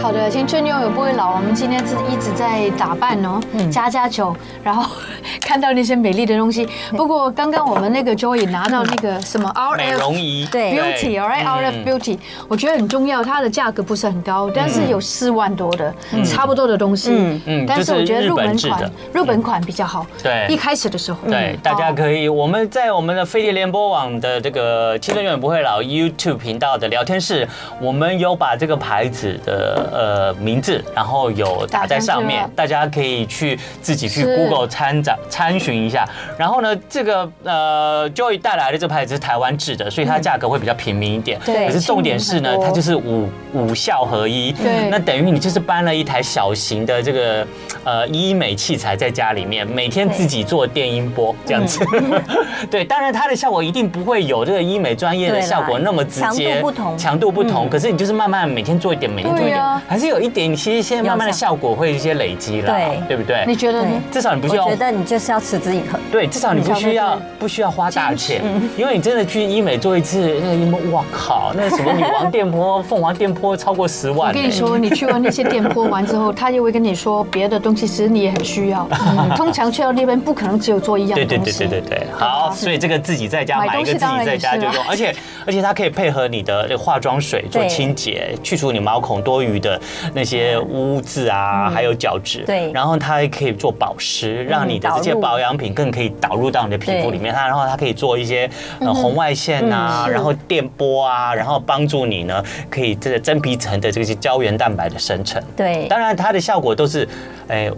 Speaker 3: 好的，青春永远不会老。我们今天是一直在打扮哦，
Speaker 2: 嗯
Speaker 3: 加加酒，然后 *laughs* 看到那些美丽的东西。不过刚刚我们那个 Joy 拿到那个什么
Speaker 2: 嗯
Speaker 3: R
Speaker 2: 美
Speaker 3: F
Speaker 2: 容嗯仪，
Speaker 4: 对
Speaker 3: Beauty all right R F Beauty，我觉得很重要。它的价格不是很高，但是有四万多的差不多的东西。
Speaker 2: 嗯
Speaker 3: 但是我觉得入门
Speaker 2: 就是日本制
Speaker 3: 款
Speaker 2: 的
Speaker 3: 入门款比较好。
Speaker 2: 对
Speaker 3: 一开始的时候。
Speaker 2: 对
Speaker 3: 嗯，
Speaker 2: 大家
Speaker 3: 哦
Speaker 2: 可以，我们在我们的飞碟联播网的这个“青春永远不会老 ”YouTube 频道的聊天室，我们有把这个牌子的呃名字，然后有打在上
Speaker 3: 打上去
Speaker 2: 面
Speaker 3: 了，
Speaker 2: 大家可以去自己去
Speaker 3: 是
Speaker 2: Google 参展参询一下。然后呢，这个呃 Joy 带来的这牌子是台湾制的，所以它价格会比较平民一点。
Speaker 4: 对
Speaker 2: 可是重点是呢
Speaker 3: 亲民很，多
Speaker 2: 它就是五五效合一。
Speaker 3: 对
Speaker 2: 那等于你就是搬了一台小型的这个呃医美器材在家里面，每天自己做电音波这样子。
Speaker 4: 嗯
Speaker 2: *laughs* 对，当然它的效果一定不会有这个医美专业的
Speaker 4: 对啦
Speaker 2: 效果那么直接，
Speaker 4: 强度不同嗯
Speaker 2: 强度不同。可是你就是慢慢每天做一点，每天做一
Speaker 3: 对
Speaker 2: 点
Speaker 3: 啊，
Speaker 2: 还是有一点，其实现在慢慢的效果会有一些累积啦，
Speaker 4: 对
Speaker 2: 对不对？
Speaker 3: 你觉得呢
Speaker 4: 对？
Speaker 2: 至少你不需
Speaker 4: 我
Speaker 2: 要
Speaker 4: 觉得你就是要持之以恒，
Speaker 2: 对，至少你不需要不需要花大钱，
Speaker 4: 嗯
Speaker 2: 因为你真的去医美做一次那个医美，哇靠，那个什么女王电波、凤凰电波超过十万、
Speaker 3: 我跟你
Speaker 2: *laughs*
Speaker 3: 说，你去完那些店铺完之后，他又会跟你说别的东西，其实你也很需
Speaker 2: *laughs*
Speaker 3: 要。嗯通常去到那边不可能只有做一样
Speaker 2: 对
Speaker 3: 东西。
Speaker 2: 对对对对对，好，所以这个自己在家
Speaker 3: 买
Speaker 2: 买一
Speaker 3: 东
Speaker 2: 个
Speaker 3: 西
Speaker 2: 自
Speaker 3: 当
Speaker 2: 己
Speaker 3: 然
Speaker 2: 在
Speaker 3: 也
Speaker 2: 家就是
Speaker 3: 啊
Speaker 2: 用，而且而且它可以配合你的这个化妆水做
Speaker 4: 对
Speaker 2: 清洁，去除你毛孔多余的那些污渍啊，
Speaker 3: 嗯
Speaker 2: 还有角质。
Speaker 4: 对
Speaker 2: 然后它还可以做保湿，让你的
Speaker 3: 嗯
Speaker 2: 这些
Speaker 4: 导入
Speaker 2: 保养品更可以导入到你的皮肤里面。它然后它可以做一些
Speaker 3: 嗯
Speaker 2: 呃红外线啊，然后电波啊，然后帮助你呢可以这个真皮层的这些胶原蛋白的生成。
Speaker 4: 对，
Speaker 2: 当然它的效果都是，哎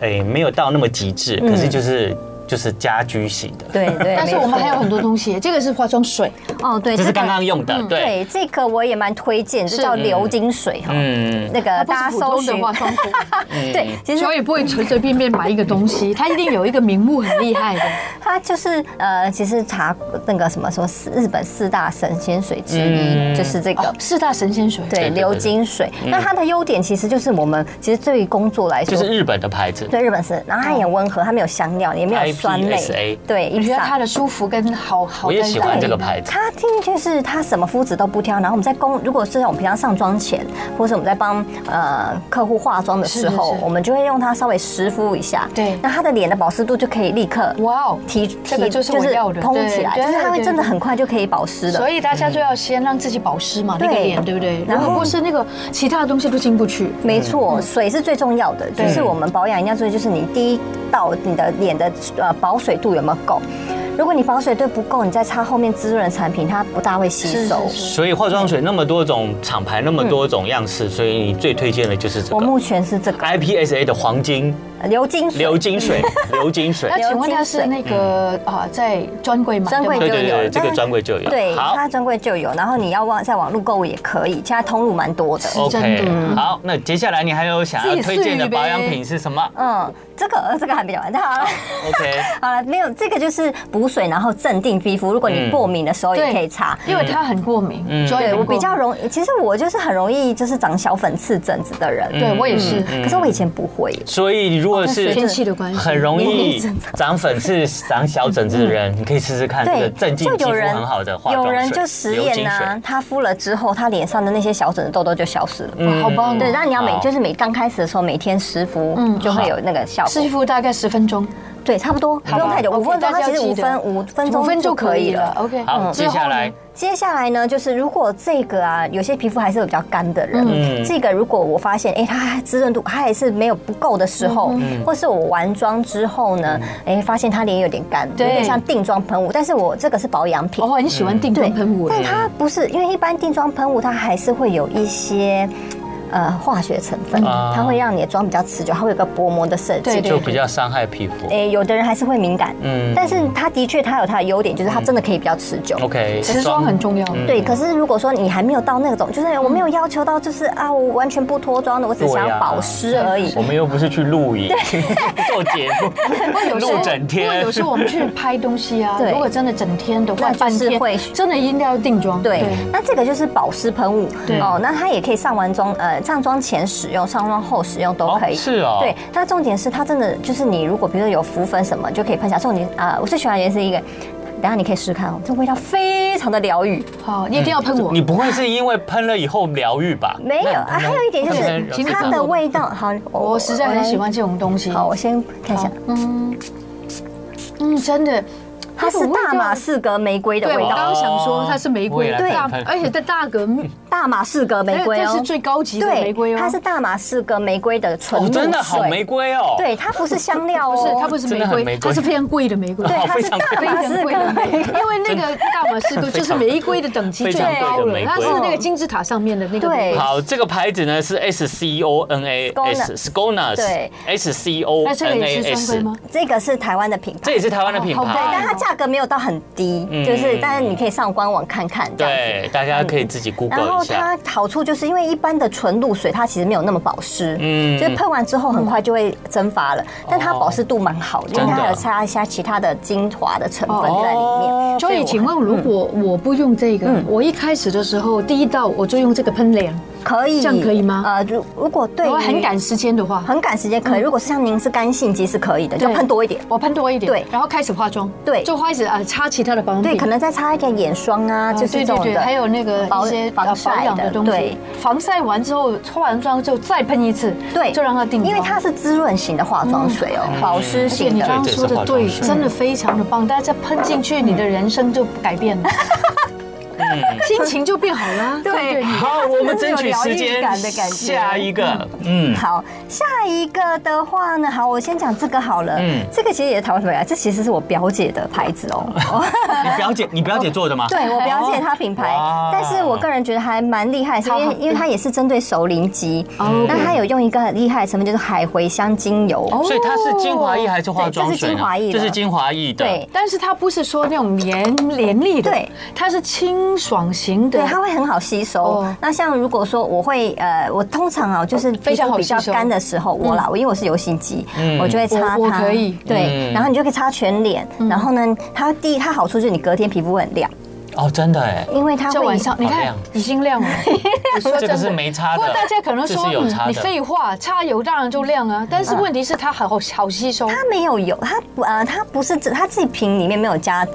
Speaker 2: 哎没有到那么极致，可是就是。就是家居型的，
Speaker 4: 对对。
Speaker 3: *laughs* 但是我们还有
Speaker 4: 没
Speaker 3: 很多东西，这个是化妆水，
Speaker 4: 错哦，对，
Speaker 2: 这是
Speaker 4: 个
Speaker 2: 刚刚用的，对，
Speaker 4: 对这个我也蛮推荐，这
Speaker 3: 是
Speaker 4: 叫流金水哈，
Speaker 2: 嗯，
Speaker 4: 那
Speaker 3: 它
Speaker 4: 个
Speaker 3: 不
Speaker 4: 大家
Speaker 3: 是普
Speaker 4: 搜
Speaker 3: 通
Speaker 4: 寻
Speaker 3: 的化妆
Speaker 2: *laughs*
Speaker 3: 水，
Speaker 4: 对，其实
Speaker 3: 所以不会随随便便买一个东西，它一定有一个名目很厉害
Speaker 2: *laughs*
Speaker 3: 的。
Speaker 4: 它就是呃，其实查那个什么说四日本四大神仙水之
Speaker 2: 嗯
Speaker 4: 一，就是这个
Speaker 3: 哦，。四大神仙水，
Speaker 4: 对，
Speaker 2: 对
Speaker 4: 嗯流金水。那它的优点其实就是我们其实对于工作来
Speaker 2: 就
Speaker 4: 说，
Speaker 2: 是日本的牌子，
Speaker 4: 对日本是，然后它也温和，它没有香料，也没有酸类
Speaker 2: IPSA，
Speaker 4: 对，
Speaker 3: 我
Speaker 4: 一
Speaker 3: 觉得它
Speaker 4: 它
Speaker 3: 的舒服跟好好
Speaker 2: 我也
Speaker 3: 在
Speaker 2: 喜
Speaker 3: 哪
Speaker 2: 欢
Speaker 3: 里
Speaker 2: 这个
Speaker 3: 呢
Speaker 2: 牌子，
Speaker 4: 它听就是它什么肤质都不挑，然后我们在工，如果是我们平常上妆前，或者是我们在帮呃客户化妆的时
Speaker 3: 是
Speaker 4: 候
Speaker 3: 是，是
Speaker 4: 我们就会用它稍微湿敷一下，
Speaker 3: 对
Speaker 4: 那它的脸的保湿度就可以立刻
Speaker 3: 哇哦
Speaker 4: 提
Speaker 3: 这个
Speaker 4: 提
Speaker 3: 就是我要的
Speaker 4: 通
Speaker 3: 对
Speaker 4: 起来，
Speaker 3: 对
Speaker 4: 就是它会
Speaker 3: 对
Speaker 4: 真的
Speaker 3: 对
Speaker 4: 很快就可以保湿了
Speaker 3: 所。以大
Speaker 2: 嗯
Speaker 3: 家就要先让自己保湿嘛，那个
Speaker 4: 对
Speaker 3: 脸对不对？
Speaker 4: 然
Speaker 3: 如
Speaker 4: 后
Speaker 3: 果不是那个，其他的东西都进不去。
Speaker 4: 没错，水是最重要的，就
Speaker 3: 对
Speaker 4: 是我们保养一定要注意，就是你第一道你的脸的呃保水度有没有够。如果你保水度不够，你再擦后面滋润的产品，它不大会吸收。
Speaker 3: 是
Speaker 2: 所以化妆水那么多种厂牌，那么多种样式，所以你最推荐的就是这
Speaker 4: 我
Speaker 2: 个
Speaker 4: 目前是这个
Speaker 2: IPSA 的黄金
Speaker 4: 流金水
Speaker 2: 流金水，流金水
Speaker 3: 那，请问它是
Speaker 4: 流
Speaker 3: 那个
Speaker 2: 嗯
Speaker 3: 啊，在专柜买的吗？
Speaker 4: 专柜
Speaker 2: 对对
Speaker 4: 就有
Speaker 2: 对，这个
Speaker 4: 那
Speaker 2: 专柜就有，
Speaker 4: 对，
Speaker 2: 好
Speaker 4: 它专柜就有，然后你要网在网络购物也可以，现在通路蛮多的。
Speaker 2: ，OK，
Speaker 3: 真的
Speaker 2: 好，那接下来你还有想要
Speaker 3: 自己
Speaker 2: 推荐
Speaker 3: 试
Speaker 2: 的
Speaker 3: 一
Speaker 2: 保
Speaker 3: 呗
Speaker 2: 养品是什么
Speaker 4: 嗯，这个 *laughs* 呃这个还没讲完，好了，
Speaker 2: *laughs* ？OK，
Speaker 4: 好了，没有这个就是补水，然后镇定皮肤。如果
Speaker 2: 嗯
Speaker 4: 你过敏的时候也
Speaker 3: 对
Speaker 4: 可以擦，
Speaker 3: 因为它很过敏，所以
Speaker 4: 对
Speaker 3: 很
Speaker 4: 我
Speaker 3: 过
Speaker 4: 比
Speaker 3: 敏
Speaker 4: 较容易，其实我就是很容易就是长小粉刺疹子的
Speaker 2: 嗯
Speaker 4: 人，嗯
Speaker 3: 对我也是，
Speaker 4: 可是我以前不会耶。
Speaker 2: 所以如果是
Speaker 4: 哦
Speaker 3: 天气的关系，
Speaker 2: 很容易
Speaker 4: 你真
Speaker 2: 长粉
Speaker 4: *laughs*
Speaker 2: 刺、长小疹子的人，你可以试试看这个镇静肌肤很好的化妆
Speaker 4: 有
Speaker 2: 水，
Speaker 4: 人就实
Speaker 2: 流
Speaker 4: 验啊
Speaker 2: 金
Speaker 4: 呐、
Speaker 2: 水
Speaker 4: 他敷了之后，他脸上的那些小疹子、痘痘就消失了。
Speaker 3: 哇好棒哦！
Speaker 4: 对，但你要每
Speaker 2: 嗯好
Speaker 4: 就是每刚开始的时候，每天湿敷，嗯，就会有那个效果。
Speaker 3: 湿敷大概十分钟，
Speaker 4: 对，差不多，不用太久，
Speaker 3: OK，
Speaker 4: 五分钟，
Speaker 3: 大家
Speaker 4: 它其实
Speaker 3: 要记
Speaker 4: 五
Speaker 3: 得
Speaker 4: 分五分
Speaker 3: 五
Speaker 4: 钟
Speaker 3: 分
Speaker 4: 就
Speaker 3: 就
Speaker 4: 可
Speaker 3: 可
Speaker 4: 以
Speaker 3: 以了
Speaker 4: 了。。
Speaker 3: OK，
Speaker 2: 好，
Speaker 3: 嗯
Speaker 2: 接下来
Speaker 4: 接下来呢，就是如果这个啊，有些皮肤还是有比较干的人，
Speaker 2: 嗯
Speaker 4: 这个如果我发现，哎、它滋润度它还是没有不够的时候，
Speaker 3: 嗯
Speaker 4: 嗯或是我完妆之后呢，哎、发现它脸有点干，有
Speaker 3: 对哦
Speaker 4: 点像定妆喷雾，但是我这个是保养品
Speaker 3: 我，很
Speaker 2: 嗯
Speaker 3: 喜欢定妆喷雾，
Speaker 4: 但它不是，因为一般定妆喷雾它还是会有一些。呃化学成分，
Speaker 2: 啊
Speaker 4: 它会让你的妆比较持久，它会有个薄膜的设
Speaker 3: 对
Speaker 4: 计。
Speaker 3: 对
Speaker 2: 就比较伤害皮肤。
Speaker 4: 诶，有的人还是会敏感，
Speaker 2: 嗯
Speaker 4: 但是它的确它有它的优点，就是它真的可以比较持久。
Speaker 2: OK，
Speaker 3: 持妆很重要。
Speaker 2: 嗯
Speaker 4: 对，可是如果说你还没有到那种，就是我没有要求到，就是
Speaker 2: 嗯
Speaker 4: 啊，我完全不脱妆的，我只想
Speaker 2: 对
Speaker 4: 要
Speaker 2: 啊
Speaker 4: 保湿而已。
Speaker 2: 我们又不是去露营 *laughs* 做节目，
Speaker 4: *laughs*
Speaker 3: 有时候
Speaker 2: 录整
Speaker 3: 不过
Speaker 2: 天
Speaker 3: 有。时候我们去拍东西啊，
Speaker 4: 对
Speaker 3: 如果真的整天的话，
Speaker 4: 那
Speaker 3: 半
Speaker 4: 就是
Speaker 3: 天
Speaker 4: 会
Speaker 3: 真的一定要定妆。
Speaker 4: 对，那这个就是保湿喷雾
Speaker 3: 对
Speaker 4: 哦，那它也可以上完妆，呃，上妆前使用，上妆后使用都可以。
Speaker 2: 哦是哦
Speaker 4: 对，那重点是它真的就是你如果比如说有浮粉什么，就可以喷下。重点啊、我最喜欢的也是一个，等一下你可以试试看哦，这味道非常的疗愈。
Speaker 3: 好，你一定要喷我
Speaker 2: 嗯你。不会是因为喷了以后疗愈吧？
Speaker 4: 没有啊，还有一点就
Speaker 2: 那你
Speaker 4: 是
Speaker 2: 喷
Speaker 4: 它的味道，好，
Speaker 3: 我实在很喜。欢这种东西。
Speaker 4: 好，我先看一下
Speaker 3: 好，，嗯嗯，真的，哎
Speaker 4: 它是大马
Speaker 3: 士。
Speaker 4: 士革玫瑰的
Speaker 3: 对，
Speaker 4: 味
Speaker 3: 我刚
Speaker 4: 道，
Speaker 3: 刚想说它是玫瑰，
Speaker 2: 哦
Speaker 4: 对
Speaker 3: 大
Speaker 2: 我也来看，看
Speaker 3: 而且在大革命，
Speaker 4: 大马士革玫瑰
Speaker 3: 这
Speaker 4: 哦
Speaker 3: 是，最高级的玫
Speaker 4: 对
Speaker 3: 瑰，哦。
Speaker 4: 它是大马士革玫瑰的纯
Speaker 2: 哦，
Speaker 4: 露
Speaker 2: 真的好
Speaker 4: 水
Speaker 2: 玫瑰哦。，
Speaker 4: 对，它不是香料
Speaker 3: *laughs*
Speaker 4: 哦，
Speaker 3: 不是它不是
Speaker 2: 真的
Speaker 3: 玫
Speaker 2: 很
Speaker 3: 瑰，
Speaker 2: 玫瑰
Speaker 3: 它是非常贵的玫瑰。
Speaker 4: 对，
Speaker 2: 哦
Speaker 4: 它
Speaker 2: 非
Speaker 4: 是
Speaker 2: 常
Speaker 4: 大
Speaker 3: 非
Speaker 4: 马士
Speaker 3: 常贵的
Speaker 4: 革
Speaker 3: 玫
Speaker 4: *laughs*
Speaker 3: 瑰
Speaker 4: 玫，瑰。
Speaker 3: 因为那个大马
Speaker 2: *laughs*
Speaker 3: 士革就是玫瑰的等级
Speaker 2: 非
Speaker 3: 最
Speaker 2: 常
Speaker 4: 贵
Speaker 3: 高
Speaker 2: 的
Speaker 3: 了
Speaker 2: 玫，瑰哦
Speaker 3: 它是那个金字塔上面的那个玫
Speaker 4: 对
Speaker 3: 瑰。
Speaker 2: 好，这个牌子呢是 S C O N A S Sconas，
Speaker 4: 对
Speaker 2: ，S C O
Speaker 3: 那这个
Speaker 2: N
Speaker 3: 也
Speaker 2: A
Speaker 3: 是双
Speaker 2: S，
Speaker 3: 规吗？
Speaker 4: 这个是台湾的品牌，
Speaker 2: 这也是台湾的品
Speaker 3: 哦好
Speaker 2: 牌
Speaker 3: 棒。
Speaker 4: 但它价格没有到很低，
Speaker 2: 嗯
Speaker 4: 就是但是你可以上官网看看这样子。
Speaker 2: 对，大家可以自己
Speaker 4: 然后
Speaker 2: Google 一下。
Speaker 4: 它好处就是因为一般的纯露水它其实没有那么保湿，
Speaker 2: 嗯哦
Speaker 4: 嗯，就是喷完之后很快就会蒸发了，但它保湿度蛮好的，因为
Speaker 2: 真
Speaker 4: 它
Speaker 2: 的啊哦
Speaker 4: 还有擦一下其他的精华的成分在里面。
Speaker 3: 所以，请问如果我不用这个
Speaker 4: 嗯，
Speaker 3: 我一开始的时候第一道我就用这个喷脸，
Speaker 4: 可以
Speaker 3: 这样可以吗
Speaker 4: 呃，如如果对
Speaker 3: 如
Speaker 4: 于
Speaker 3: 果很赶时间的话，
Speaker 4: 很赶时间可以，如果是像您是干性肌是可以的，就
Speaker 3: 对
Speaker 4: 喷多一点。
Speaker 3: 我喷多一点，
Speaker 4: 对
Speaker 3: 然后开始化妆，
Speaker 4: 对
Speaker 3: 就开始啊擦其他的保养品，
Speaker 4: 对，可能再擦一点眼霜啊，
Speaker 3: 啊
Speaker 4: 就是
Speaker 3: 对
Speaker 4: 这
Speaker 3: 对
Speaker 4: 种
Speaker 3: 对，
Speaker 4: 的，
Speaker 3: 还有那个
Speaker 4: 保
Speaker 3: 一些
Speaker 4: 防
Speaker 3: 呃保
Speaker 4: 晒
Speaker 3: 养
Speaker 4: 的
Speaker 3: 的东
Speaker 4: 对
Speaker 3: 西，防晒完之后化完妆之后再喷一次，
Speaker 4: 对，
Speaker 3: 就让它定妆，嗯
Speaker 4: 因为它是滋润型的化妆水哦，保湿
Speaker 3: 而且
Speaker 4: 型
Speaker 3: 你刚刚
Speaker 4: 的。
Speaker 3: 说的对，真的非常的棒，大家喷进去，你的人生就改变了，心情就变好了，
Speaker 4: 嗯 *laughs* 对
Speaker 3: 你
Speaker 2: 好，我们争取时
Speaker 4: 真的有疗愈
Speaker 2: 间
Speaker 4: 感的感觉
Speaker 2: 下一个，嗯，
Speaker 4: 好，下一个的话呢，好，我先讲这个好了。
Speaker 2: 嗯
Speaker 4: 嗯，这个其实也是台湾品牌，这其实是我表姐的牌子哦。
Speaker 2: 你表姐，你表姐做的吗？
Speaker 4: 对，我表姐她品牌
Speaker 2: 哇，
Speaker 4: 但是我个人觉得还蛮厉害，是因
Speaker 3: 好好
Speaker 4: 为因为它也是针对熟龄肌，
Speaker 3: 哦
Speaker 4: 那它有用一个很厉害的成分，就是海茴香精油。
Speaker 2: 哦所以它是精华液还是化妆水
Speaker 4: 对这是
Speaker 2: 呢？
Speaker 4: 精华液的
Speaker 2: 这是精华液的。
Speaker 4: 对，
Speaker 3: 但是它不是说那种黏黏腻的，
Speaker 4: 对，
Speaker 3: 它是清爽型的
Speaker 4: 对，，它会很好吸收
Speaker 3: 哦。
Speaker 4: 那像如果说我会呃，我通常啊，就是
Speaker 3: 非
Speaker 4: 皮
Speaker 3: 常
Speaker 4: 肤
Speaker 3: 好
Speaker 4: 比
Speaker 3: 吸收
Speaker 4: 较干的时候，我啦，我因为我是油性肌，我就会擦
Speaker 3: 嗯我我
Speaker 4: 它。
Speaker 3: 可以嗯
Speaker 4: 对，
Speaker 2: 嗯
Speaker 4: 然后你就可以擦全脸。然后呢，它第一它好处就是你隔天皮肤会很亮，
Speaker 2: 哦，真的哎，
Speaker 4: 因为它
Speaker 3: 在
Speaker 4: 会
Speaker 3: 晚上你
Speaker 2: 好
Speaker 3: 看
Speaker 2: 亮
Speaker 3: 已经亮了，
Speaker 4: *laughs*
Speaker 3: 我说
Speaker 2: 这
Speaker 3: 真
Speaker 2: 个
Speaker 3: 的
Speaker 2: 是没擦的
Speaker 3: 不过大家可能说
Speaker 2: 这是有
Speaker 3: 嗯
Speaker 2: 擦的
Speaker 3: 你废话，擦油当然就亮啊，但
Speaker 4: 嗯
Speaker 3: 是问题是它好好吸收。
Speaker 4: 它没有油，它不呃，它不是只它自己瓶里面没有加，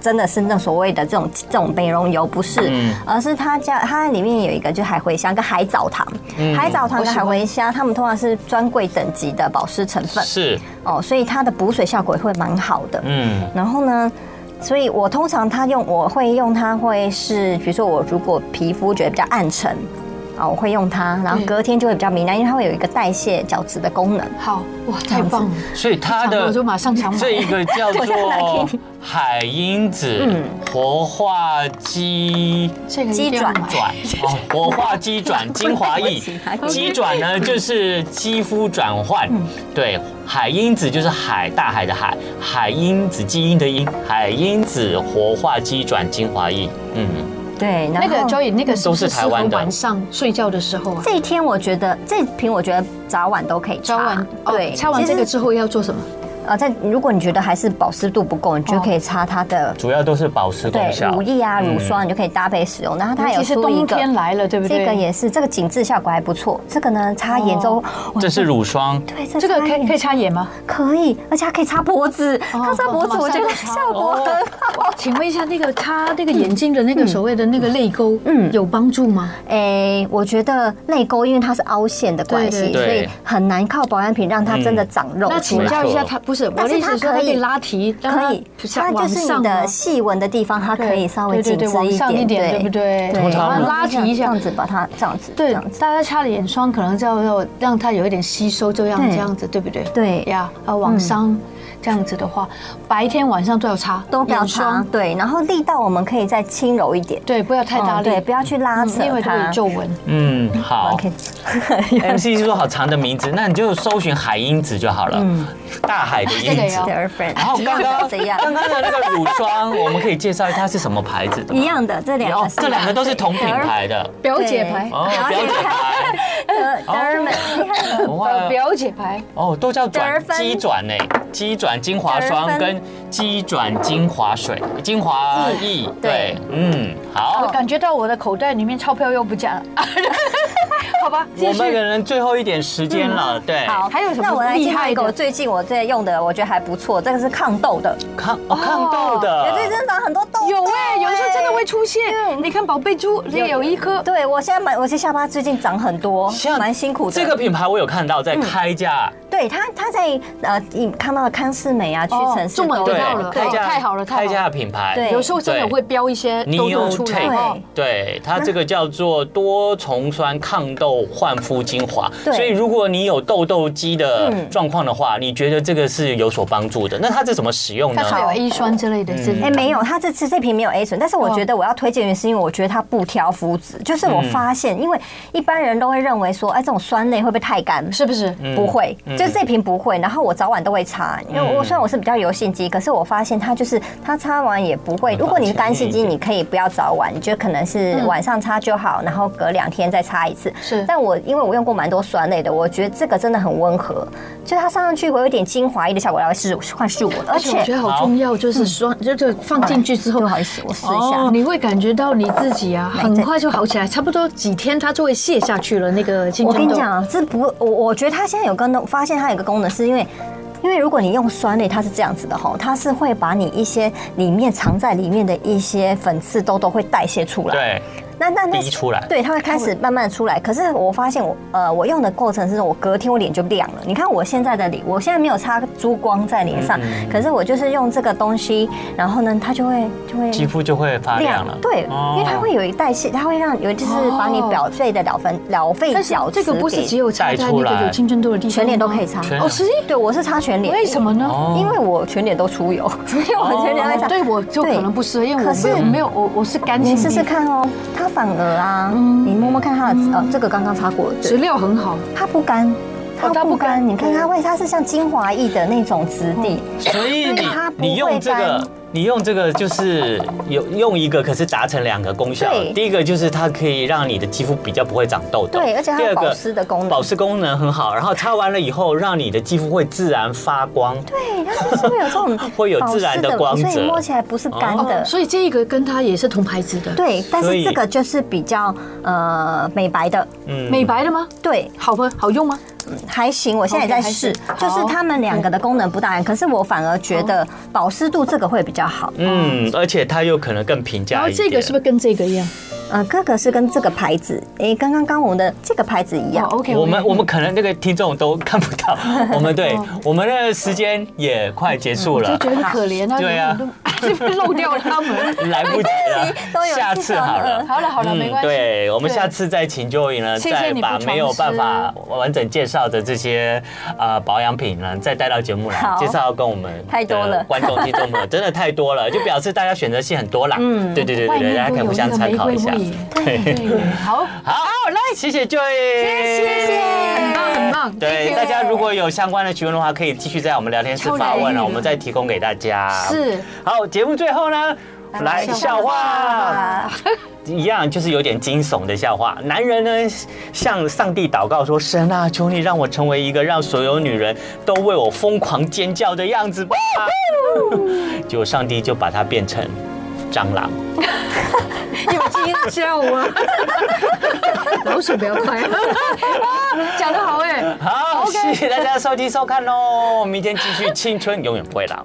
Speaker 4: 真的是那所谓的这种这种美容油，不是，
Speaker 2: 嗯
Speaker 4: 而是它加它里面有一个就海茴香跟海藻糖，
Speaker 2: 嗯
Speaker 4: 海藻糖跟海茴香，它们通常是专柜等级的保湿成分
Speaker 2: 是，
Speaker 3: 嗯
Speaker 4: 哦，所以它的补水效果也会蛮好的。
Speaker 2: 嗯，
Speaker 4: 然后呢，所以我通常它用我会用它会是，比如说我如果皮肤觉得比较暗沉。啊，我会用它，然后
Speaker 3: 嗯
Speaker 4: 隔天就会比较明亮，因为它会有一个代谢角质的功能。
Speaker 3: 好哇，太棒了！
Speaker 2: 所以它
Speaker 3: 一想到
Speaker 2: 的
Speaker 3: 我就马上想买
Speaker 2: 这一个叫
Speaker 4: 我
Speaker 2: 做
Speaker 4: 拿给你
Speaker 2: 海因子
Speaker 4: 嗯
Speaker 2: 活化基
Speaker 3: 这个一定要买
Speaker 4: 鸡爪
Speaker 2: 转，哦，活化基转精华液
Speaker 4: 我请他，
Speaker 2: 基转呢就是肌肤转换，对，海因子就是海大海的海，海因子基因的因，海因子活化基转精华液，嗯，
Speaker 4: 对，然
Speaker 3: 那
Speaker 4: 后
Speaker 3: 个 Joy，那个是不
Speaker 2: 都
Speaker 3: 是
Speaker 2: 是
Speaker 3: 适
Speaker 2: 台
Speaker 3: 合
Speaker 2: 湾的
Speaker 3: 晚上睡觉的时候啊？
Speaker 4: 这一天我觉得这一瓶我觉得早晚都可以擦，
Speaker 3: 擦完哦
Speaker 4: 对，
Speaker 3: 擦完
Speaker 4: 其实
Speaker 3: 这个之后要做什么？
Speaker 4: 呃，在如果你觉得还是保湿度不够，你就
Speaker 3: 哦
Speaker 4: 可以擦它的
Speaker 2: 主要都是保湿功
Speaker 4: 对
Speaker 2: 效
Speaker 4: 乳。液啊、乳霜，你就可以搭配使用。然后它
Speaker 3: 尤
Speaker 4: 有
Speaker 3: 其是
Speaker 4: 出一
Speaker 3: 冬
Speaker 4: 个，
Speaker 3: 天来了，对不对？
Speaker 4: 这个也是这个紧致效果还不错。这个呢，擦眼周，哇
Speaker 2: 这是乳霜，
Speaker 4: 对，
Speaker 3: 哦
Speaker 4: 这
Speaker 3: 这个可以可以
Speaker 4: 以
Speaker 3: 擦眼吗？
Speaker 4: 可以，而且它可以擦脖子，
Speaker 3: 哦
Speaker 4: 它擦脖子
Speaker 3: 马上
Speaker 4: 我觉得
Speaker 3: 就擦
Speaker 4: 效果
Speaker 3: 哦
Speaker 4: 很好。
Speaker 3: 请问一下，那个擦那个眼睛的那
Speaker 4: 嗯
Speaker 3: 个所谓的那个泪沟，嗯，有帮助吗？
Speaker 4: 哎，我觉得泪沟因为它是凹陷的关
Speaker 3: 对
Speaker 2: 对
Speaker 4: 系，所
Speaker 2: 对
Speaker 4: 以很难靠保养品让它真的长肉
Speaker 3: 那
Speaker 4: 出
Speaker 3: 请
Speaker 4: 来。
Speaker 3: 教一下
Speaker 2: 没错
Speaker 3: 他，不是我
Speaker 4: 但
Speaker 3: 的
Speaker 4: 是
Speaker 3: 意思
Speaker 4: 它
Speaker 3: 是说，它
Speaker 4: 可
Speaker 3: 可以
Speaker 4: 以
Speaker 3: 拉提，让
Speaker 4: 可以，
Speaker 3: 像
Speaker 4: 它
Speaker 3: 往
Speaker 4: 就是
Speaker 3: 上
Speaker 4: 你的
Speaker 3: 吗
Speaker 4: 细纹的地方，它可以稍
Speaker 3: 对
Speaker 4: 微
Speaker 3: 对
Speaker 4: 紧
Speaker 3: 对
Speaker 4: 致
Speaker 3: 往
Speaker 4: 一
Speaker 3: 上一
Speaker 4: 点，
Speaker 3: 点对不对
Speaker 4: 对，
Speaker 2: 通常
Speaker 4: 然后
Speaker 3: 拉提一下
Speaker 4: 这样子把它这样子，
Speaker 3: 对
Speaker 4: 这样，子，
Speaker 3: 大家擦的眼霜可能就要让它有一点吸收，就让
Speaker 4: 对
Speaker 3: 这样子，对不对？呃
Speaker 4: 对
Speaker 3: 呀，啊，往上。这样子的话，白天晚上都要擦，
Speaker 4: 都不要
Speaker 3: 眼
Speaker 4: 擦
Speaker 3: 霜，，
Speaker 4: 对，然后力道我们可以再轻柔一点，
Speaker 3: 对，不要太大
Speaker 4: 嗯
Speaker 3: 力，
Speaker 4: 对，不要去拉
Speaker 3: 嗯
Speaker 4: 扯
Speaker 3: 因为都有
Speaker 4: 它。
Speaker 3: 皱纹。
Speaker 2: 嗯，好。
Speaker 4: OK，
Speaker 2: MC 是说好长的名字，那你就搜寻海因子就好了。
Speaker 4: 嗯
Speaker 2: 大海的因
Speaker 3: 这
Speaker 2: 子
Speaker 3: 个也。要
Speaker 4: d i r f e r e
Speaker 2: *laughs*
Speaker 4: n
Speaker 2: 然后刚刚
Speaker 4: 怎样？
Speaker 2: 刚刚的那个乳霜，我们可以介绍一下它是什么牌子的吗
Speaker 4: 一。样的，这两
Speaker 2: 然后
Speaker 4: 个
Speaker 2: 哦这两个都
Speaker 4: *laughs*
Speaker 2: 是同品牌的
Speaker 3: 表姐牌，
Speaker 2: 哦，表姐牌
Speaker 4: *laughs* d
Speaker 2: 哦
Speaker 4: e r m a
Speaker 3: *laughs* 呃，
Speaker 2: 哇
Speaker 3: 表姐牌，
Speaker 2: 哦，都叫
Speaker 4: 得
Speaker 2: 转
Speaker 4: 分
Speaker 2: 机转呢，机转精华
Speaker 4: 得
Speaker 2: 霜
Speaker 4: 分
Speaker 2: 跟机转精华水、精华液，对
Speaker 4: 对，
Speaker 2: 嗯，
Speaker 3: 我
Speaker 2: 好。
Speaker 3: 感觉到我的口袋里面钞票又不见了， *laughs* 好吧，
Speaker 2: 我
Speaker 3: 继
Speaker 2: 们
Speaker 3: 续。
Speaker 2: 可能最后一点时间了，对，
Speaker 4: 嗯好，
Speaker 3: 还有什么
Speaker 4: 那我来
Speaker 3: 厉
Speaker 4: 介绍
Speaker 3: 害
Speaker 4: 一个
Speaker 3: 的
Speaker 4: 我最近我在用的，我觉得还不错，这个是抗痘的，
Speaker 2: 抗哦抗痘
Speaker 4: 我
Speaker 2: 的
Speaker 4: 最，近真的长很多痘痘，
Speaker 3: 有哎，有时候真的会出现。你看宝贝猪也有一颗，
Speaker 4: 哎对我现在蛮，我现在下巴最近长很多，哦蛮辛苦的。嗯
Speaker 2: 这个品牌我有看到在开价，
Speaker 4: 对它，它在呃，你看到的康士美啊、屈臣氏
Speaker 3: 中文
Speaker 4: 都
Speaker 3: 得
Speaker 4: 有
Speaker 3: 到了
Speaker 4: 对
Speaker 2: 开价
Speaker 3: 哦太好了太好了
Speaker 2: 开价品牌，
Speaker 4: 对
Speaker 3: 有时候真的会标一些痘痘出来。哦
Speaker 2: Neotech，对它这个叫做多重酸抗痘焕肤精华，
Speaker 4: 对
Speaker 2: 所以如果你有痘痘肌的
Speaker 4: 嗯
Speaker 2: 状况的话，你觉得这个是有所帮助的。那它是怎么使用呢
Speaker 3: 它？是有 A 酸之类的，是
Speaker 4: 哎、没有，它这次这瓶没有 A 醇，但是我
Speaker 3: 嗯哦嗯
Speaker 4: 觉得我要推荐的原因是因为我觉得它不挑肤质，就是我发现，因为一般人都会认为说，哎，这种酸类会不会太干？
Speaker 3: 是嗯不是？
Speaker 4: 不会，就这瓶不会。然后我早晚都会擦，因为我
Speaker 2: 嗯
Speaker 4: 虽然我是比较油性肌，可是我发现它就是它擦完也不会。如果你是干性肌，你可以不要早晚，你就可能是晚上擦就好，然后隔两天再擦一次。
Speaker 3: 嗯是
Speaker 4: 但我因为我用过蛮多酸类的，我觉得这个真的很温和，就它上上去会有点精华液的效果，然后是换是我的，而
Speaker 3: 而且我觉
Speaker 4: 且
Speaker 3: 得好重要，就是酸，就就放进去之后
Speaker 4: 不，好意思，我试一下。
Speaker 3: 哦你会感觉到你自己啊，
Speaker 4: 没
Speaker 3: 很
Speaker 4: 在
Speaker 3: 快就好起来，差不多几天它就会卸下去了。那个青
Speaker 4: 我
Speaker 3: 春
Speaker 4: 跟你
Speaker 3: 痘，
Speaker 4: 讲，这不，我我觉得它现在有个能发现它有个功能，是因为。因为如果你用酸类，它是这样子的吼，它是会把你一些里面藏在里面的一些粉刺痘痘会代谢出来，
Speaker 2: 对，
Speaker 4: 那那那
Speaker 2: 逼出来
Speaker 4: 对，它会开始慢慢地出来。可是我发现我呃，我用的过程是我隔天我脸就亮了。你看我现在的脸，我现在没有擦珠光在脸上，可是我就是用这个东西，然后呢，它就会就会
Speaker 2: 肌肤就会发亮了。
Speaker 4: 对，
Speaker 2: 哦
Speaker 4: 因为它会有一代谢，它会让有就是把你
Speaker 3: 哦
Speaker 4: 表费的了分了费
Speaker 3: 但是
Speaker 4: 角
Speaker 3: 这个
Speaker 4: 质
Speaker 3: 不是
Speaker 4: 给
Speaker 3: 只有擦
Speaker 2: 带
Speaker 3: 在
Speaker 2: 出
Speaker 3: 那个
Speaker 2: 来
Speaker 3: 有青春痘的地方吗，
Speaker 4: 全脸都可以擦。
Speaker 2: 全
Speaker 3: 哦，是
Speaker 4: 对，我是擦全脸。
Speaker 3: 为什么呢？
Speaker 2: 哦
Speaker 4: 因为我全脸都出油，所以我全脸会擦。
Speaker 3: 对我就可能不适合，因为我
Speaker 4: 可
Speaker 3: 没
Speaker 4: 是
Speaker 3: 有没有我我是干性
Speaker 4: 你
Speaker 3: 肌，
Speaker 4: 试试看哦，它反而啊，
Speaker 3: 嗯
Speaker 4: 你摸摸看它的，呃，这个刚刚擦过的，
Speaker 3: 质料很好，
Speaker 4: 它不干。
Speaker 3: 哦它
Speaker 4: 它
Speaker 3: 不
Speaker 4: 不
Speaker 3: 干嗯
Speaker 4: 干，你看它会，它是像精华液的那种质地，
Speaker 2: 所以
Speaker 4: 所以
Speaker 2: 你
Speaker 4: 嗯它不
Speaker 2: 你用
Speaker 4: 会
Speaker 2: 这个
Speaker 4: 干，
Speaker 2: 你用这个就是有用一个，可是达成两个功效
Speaker 4: 对。
Speaker 2: 第一个就是它可以让你的肌肤比较不会长痘痘，
Speaker 4: 对而且它有
Speaker 2: 哦第二个
Speaker 4: 保湿的功能
Speaker 2: 保湿功能很好。然后擦完了以后，让你的肌肤会自然发光。
Speaker 4: 对，它就是会有这种
Speaker 2: *laughs* 会有自然的
Speaker 4: 保湿
Speaker 2: 光泽哦
Speaker 4: 所以摸起来不是干的。
Speaker 3: 所以这个跟它也是同牌子的，
Speaker 4: 对，但
Speaker 2: 所
Speaker 4: 是
Speaker 2: 以
Speaker 4: 这个就是比较呃美白的，
Speaker 2: 嗯
Speaker 3: 美白的吗？
Speaker 4: 对，
Speaker 3: 好吗？好用吗？
Speaker 4: 还行，我现在也在
Speaker 3: OK，还
Speaker 4: 试
Speaker 3: 行好
Speaker 4: 就是它们两个的功能不大一样，可是我反而觉得保湿度这个会比较好。
Speaker 2: 嗯，而且它又可能更平
Speaker 3: 哦然
Speaker 2: 价
Speaker 3: 后
Speaker 2: 一点。
Speaker 3: 这个是不是跟这个一样？
Speaker 4: 呃，哥哥是跟这个牌子，诶，刚刚刚我们的这个牌子一样
Speaker 3: 哦。，OK，
Speaker 2: 我们我们可能那个听众都看不
Speaker 3: *laughs*
Speaker 2: 到，我们对我们的时间也快结束
Speaker 3: 就
Speaker 2: 了，
Speaker 3: 觉得很可怜啊，
Speaker 2: 对
Speaker 3: *laughs*
Speaker 2: 啊
Speaker 3: 你们都，是不是漏掉了他们？
Speaker 2: *laughs* 来不及
Speaker 3: *laughs* 哎
Speaker 4: 都
Speaker 2: 了，
Speaker 4: 有
Speaker 2: 下
Speaker 4: 听
Speaker 2: 次
Speaker 4: 到
Speaker 2: 好了嗯
Speaker 4: 了。
Speaker 3: 好了好了，没关系。
Speaker 2: 对，我们
Speaker 3: 对
Speaker 2: 下次再请 Joy 呢，
Speaker 3: 谢谢
Speaker 2: 再
Speaker 3: 你
Speaker 2: 把
Speaker 3: 不
Speaker 2: 没有
Speaker 3: 尝
Speaker 2: 办
Speaker 3: 试
Speaker 2: 法完整介绍的这些呃保养品呢，再带到节目来
Speaker 4: 好
Speaker 2: 介绍，跟我们
Speaker 4: 太多
Speaker 2: 的
Speaker 4: 了
Speaker 2: 观众听众
Speaker 3: *laughs*
Speaker 2: 朋友真的太多了，就表示大家选择性很多啦。嗯，对对对对
Speaker 3: 外
Speaker 2: 对，大
Speaker 3: 面
Speaker 2: 家可以
Speaker 3: 都有
Speaker 2: 互
Speaker 3: 那
Speaker 2: 相
Speaker 3: 个
Speaker 2: 参
Speaker 3: 玫
Speaker 2: 考
Speaker 3: 瑰
Speaker 2: 一下。 *laughs*
Speaker 3: 味，对对，好，
Speaker 2: 好，来，谢谢 Joy，
Speaker 4: 谢谢
Speaker 3: 很棒
Speaker 2: *laughs*
Speaker 3: 很棒，
Speaker 2: 对，
Speaker 3: Thank you
Speaker 2: 大家如果有相关的询问的话，可以继续在我们聊天室发
Speaker 3: 超疗
Speaker 2: 问
Speaker 3: 愈
Speaker 2: 了，
Speaker 3: 的
Speaker 2: 我们再提供给大家。
Speaker 3: 是
Speaker 2: 好，节目最后呢，来笑话。
Speaker 4: 哇
Speaker 2: 一样就是有点惊悚的笑话。男人呢向上帝祷告说：“神啊，求你让我成为一个让所有女人都为我疯狂尖叫的样子吧。”结果上帝就把他变成蟑螂。
Speaker 3: 有惊吓我， *laughs* 老鼠不要快，哇讲得好哎。
Speaker 2: 好，谢谢大家收听收看喽，明天继续青春永远不会老。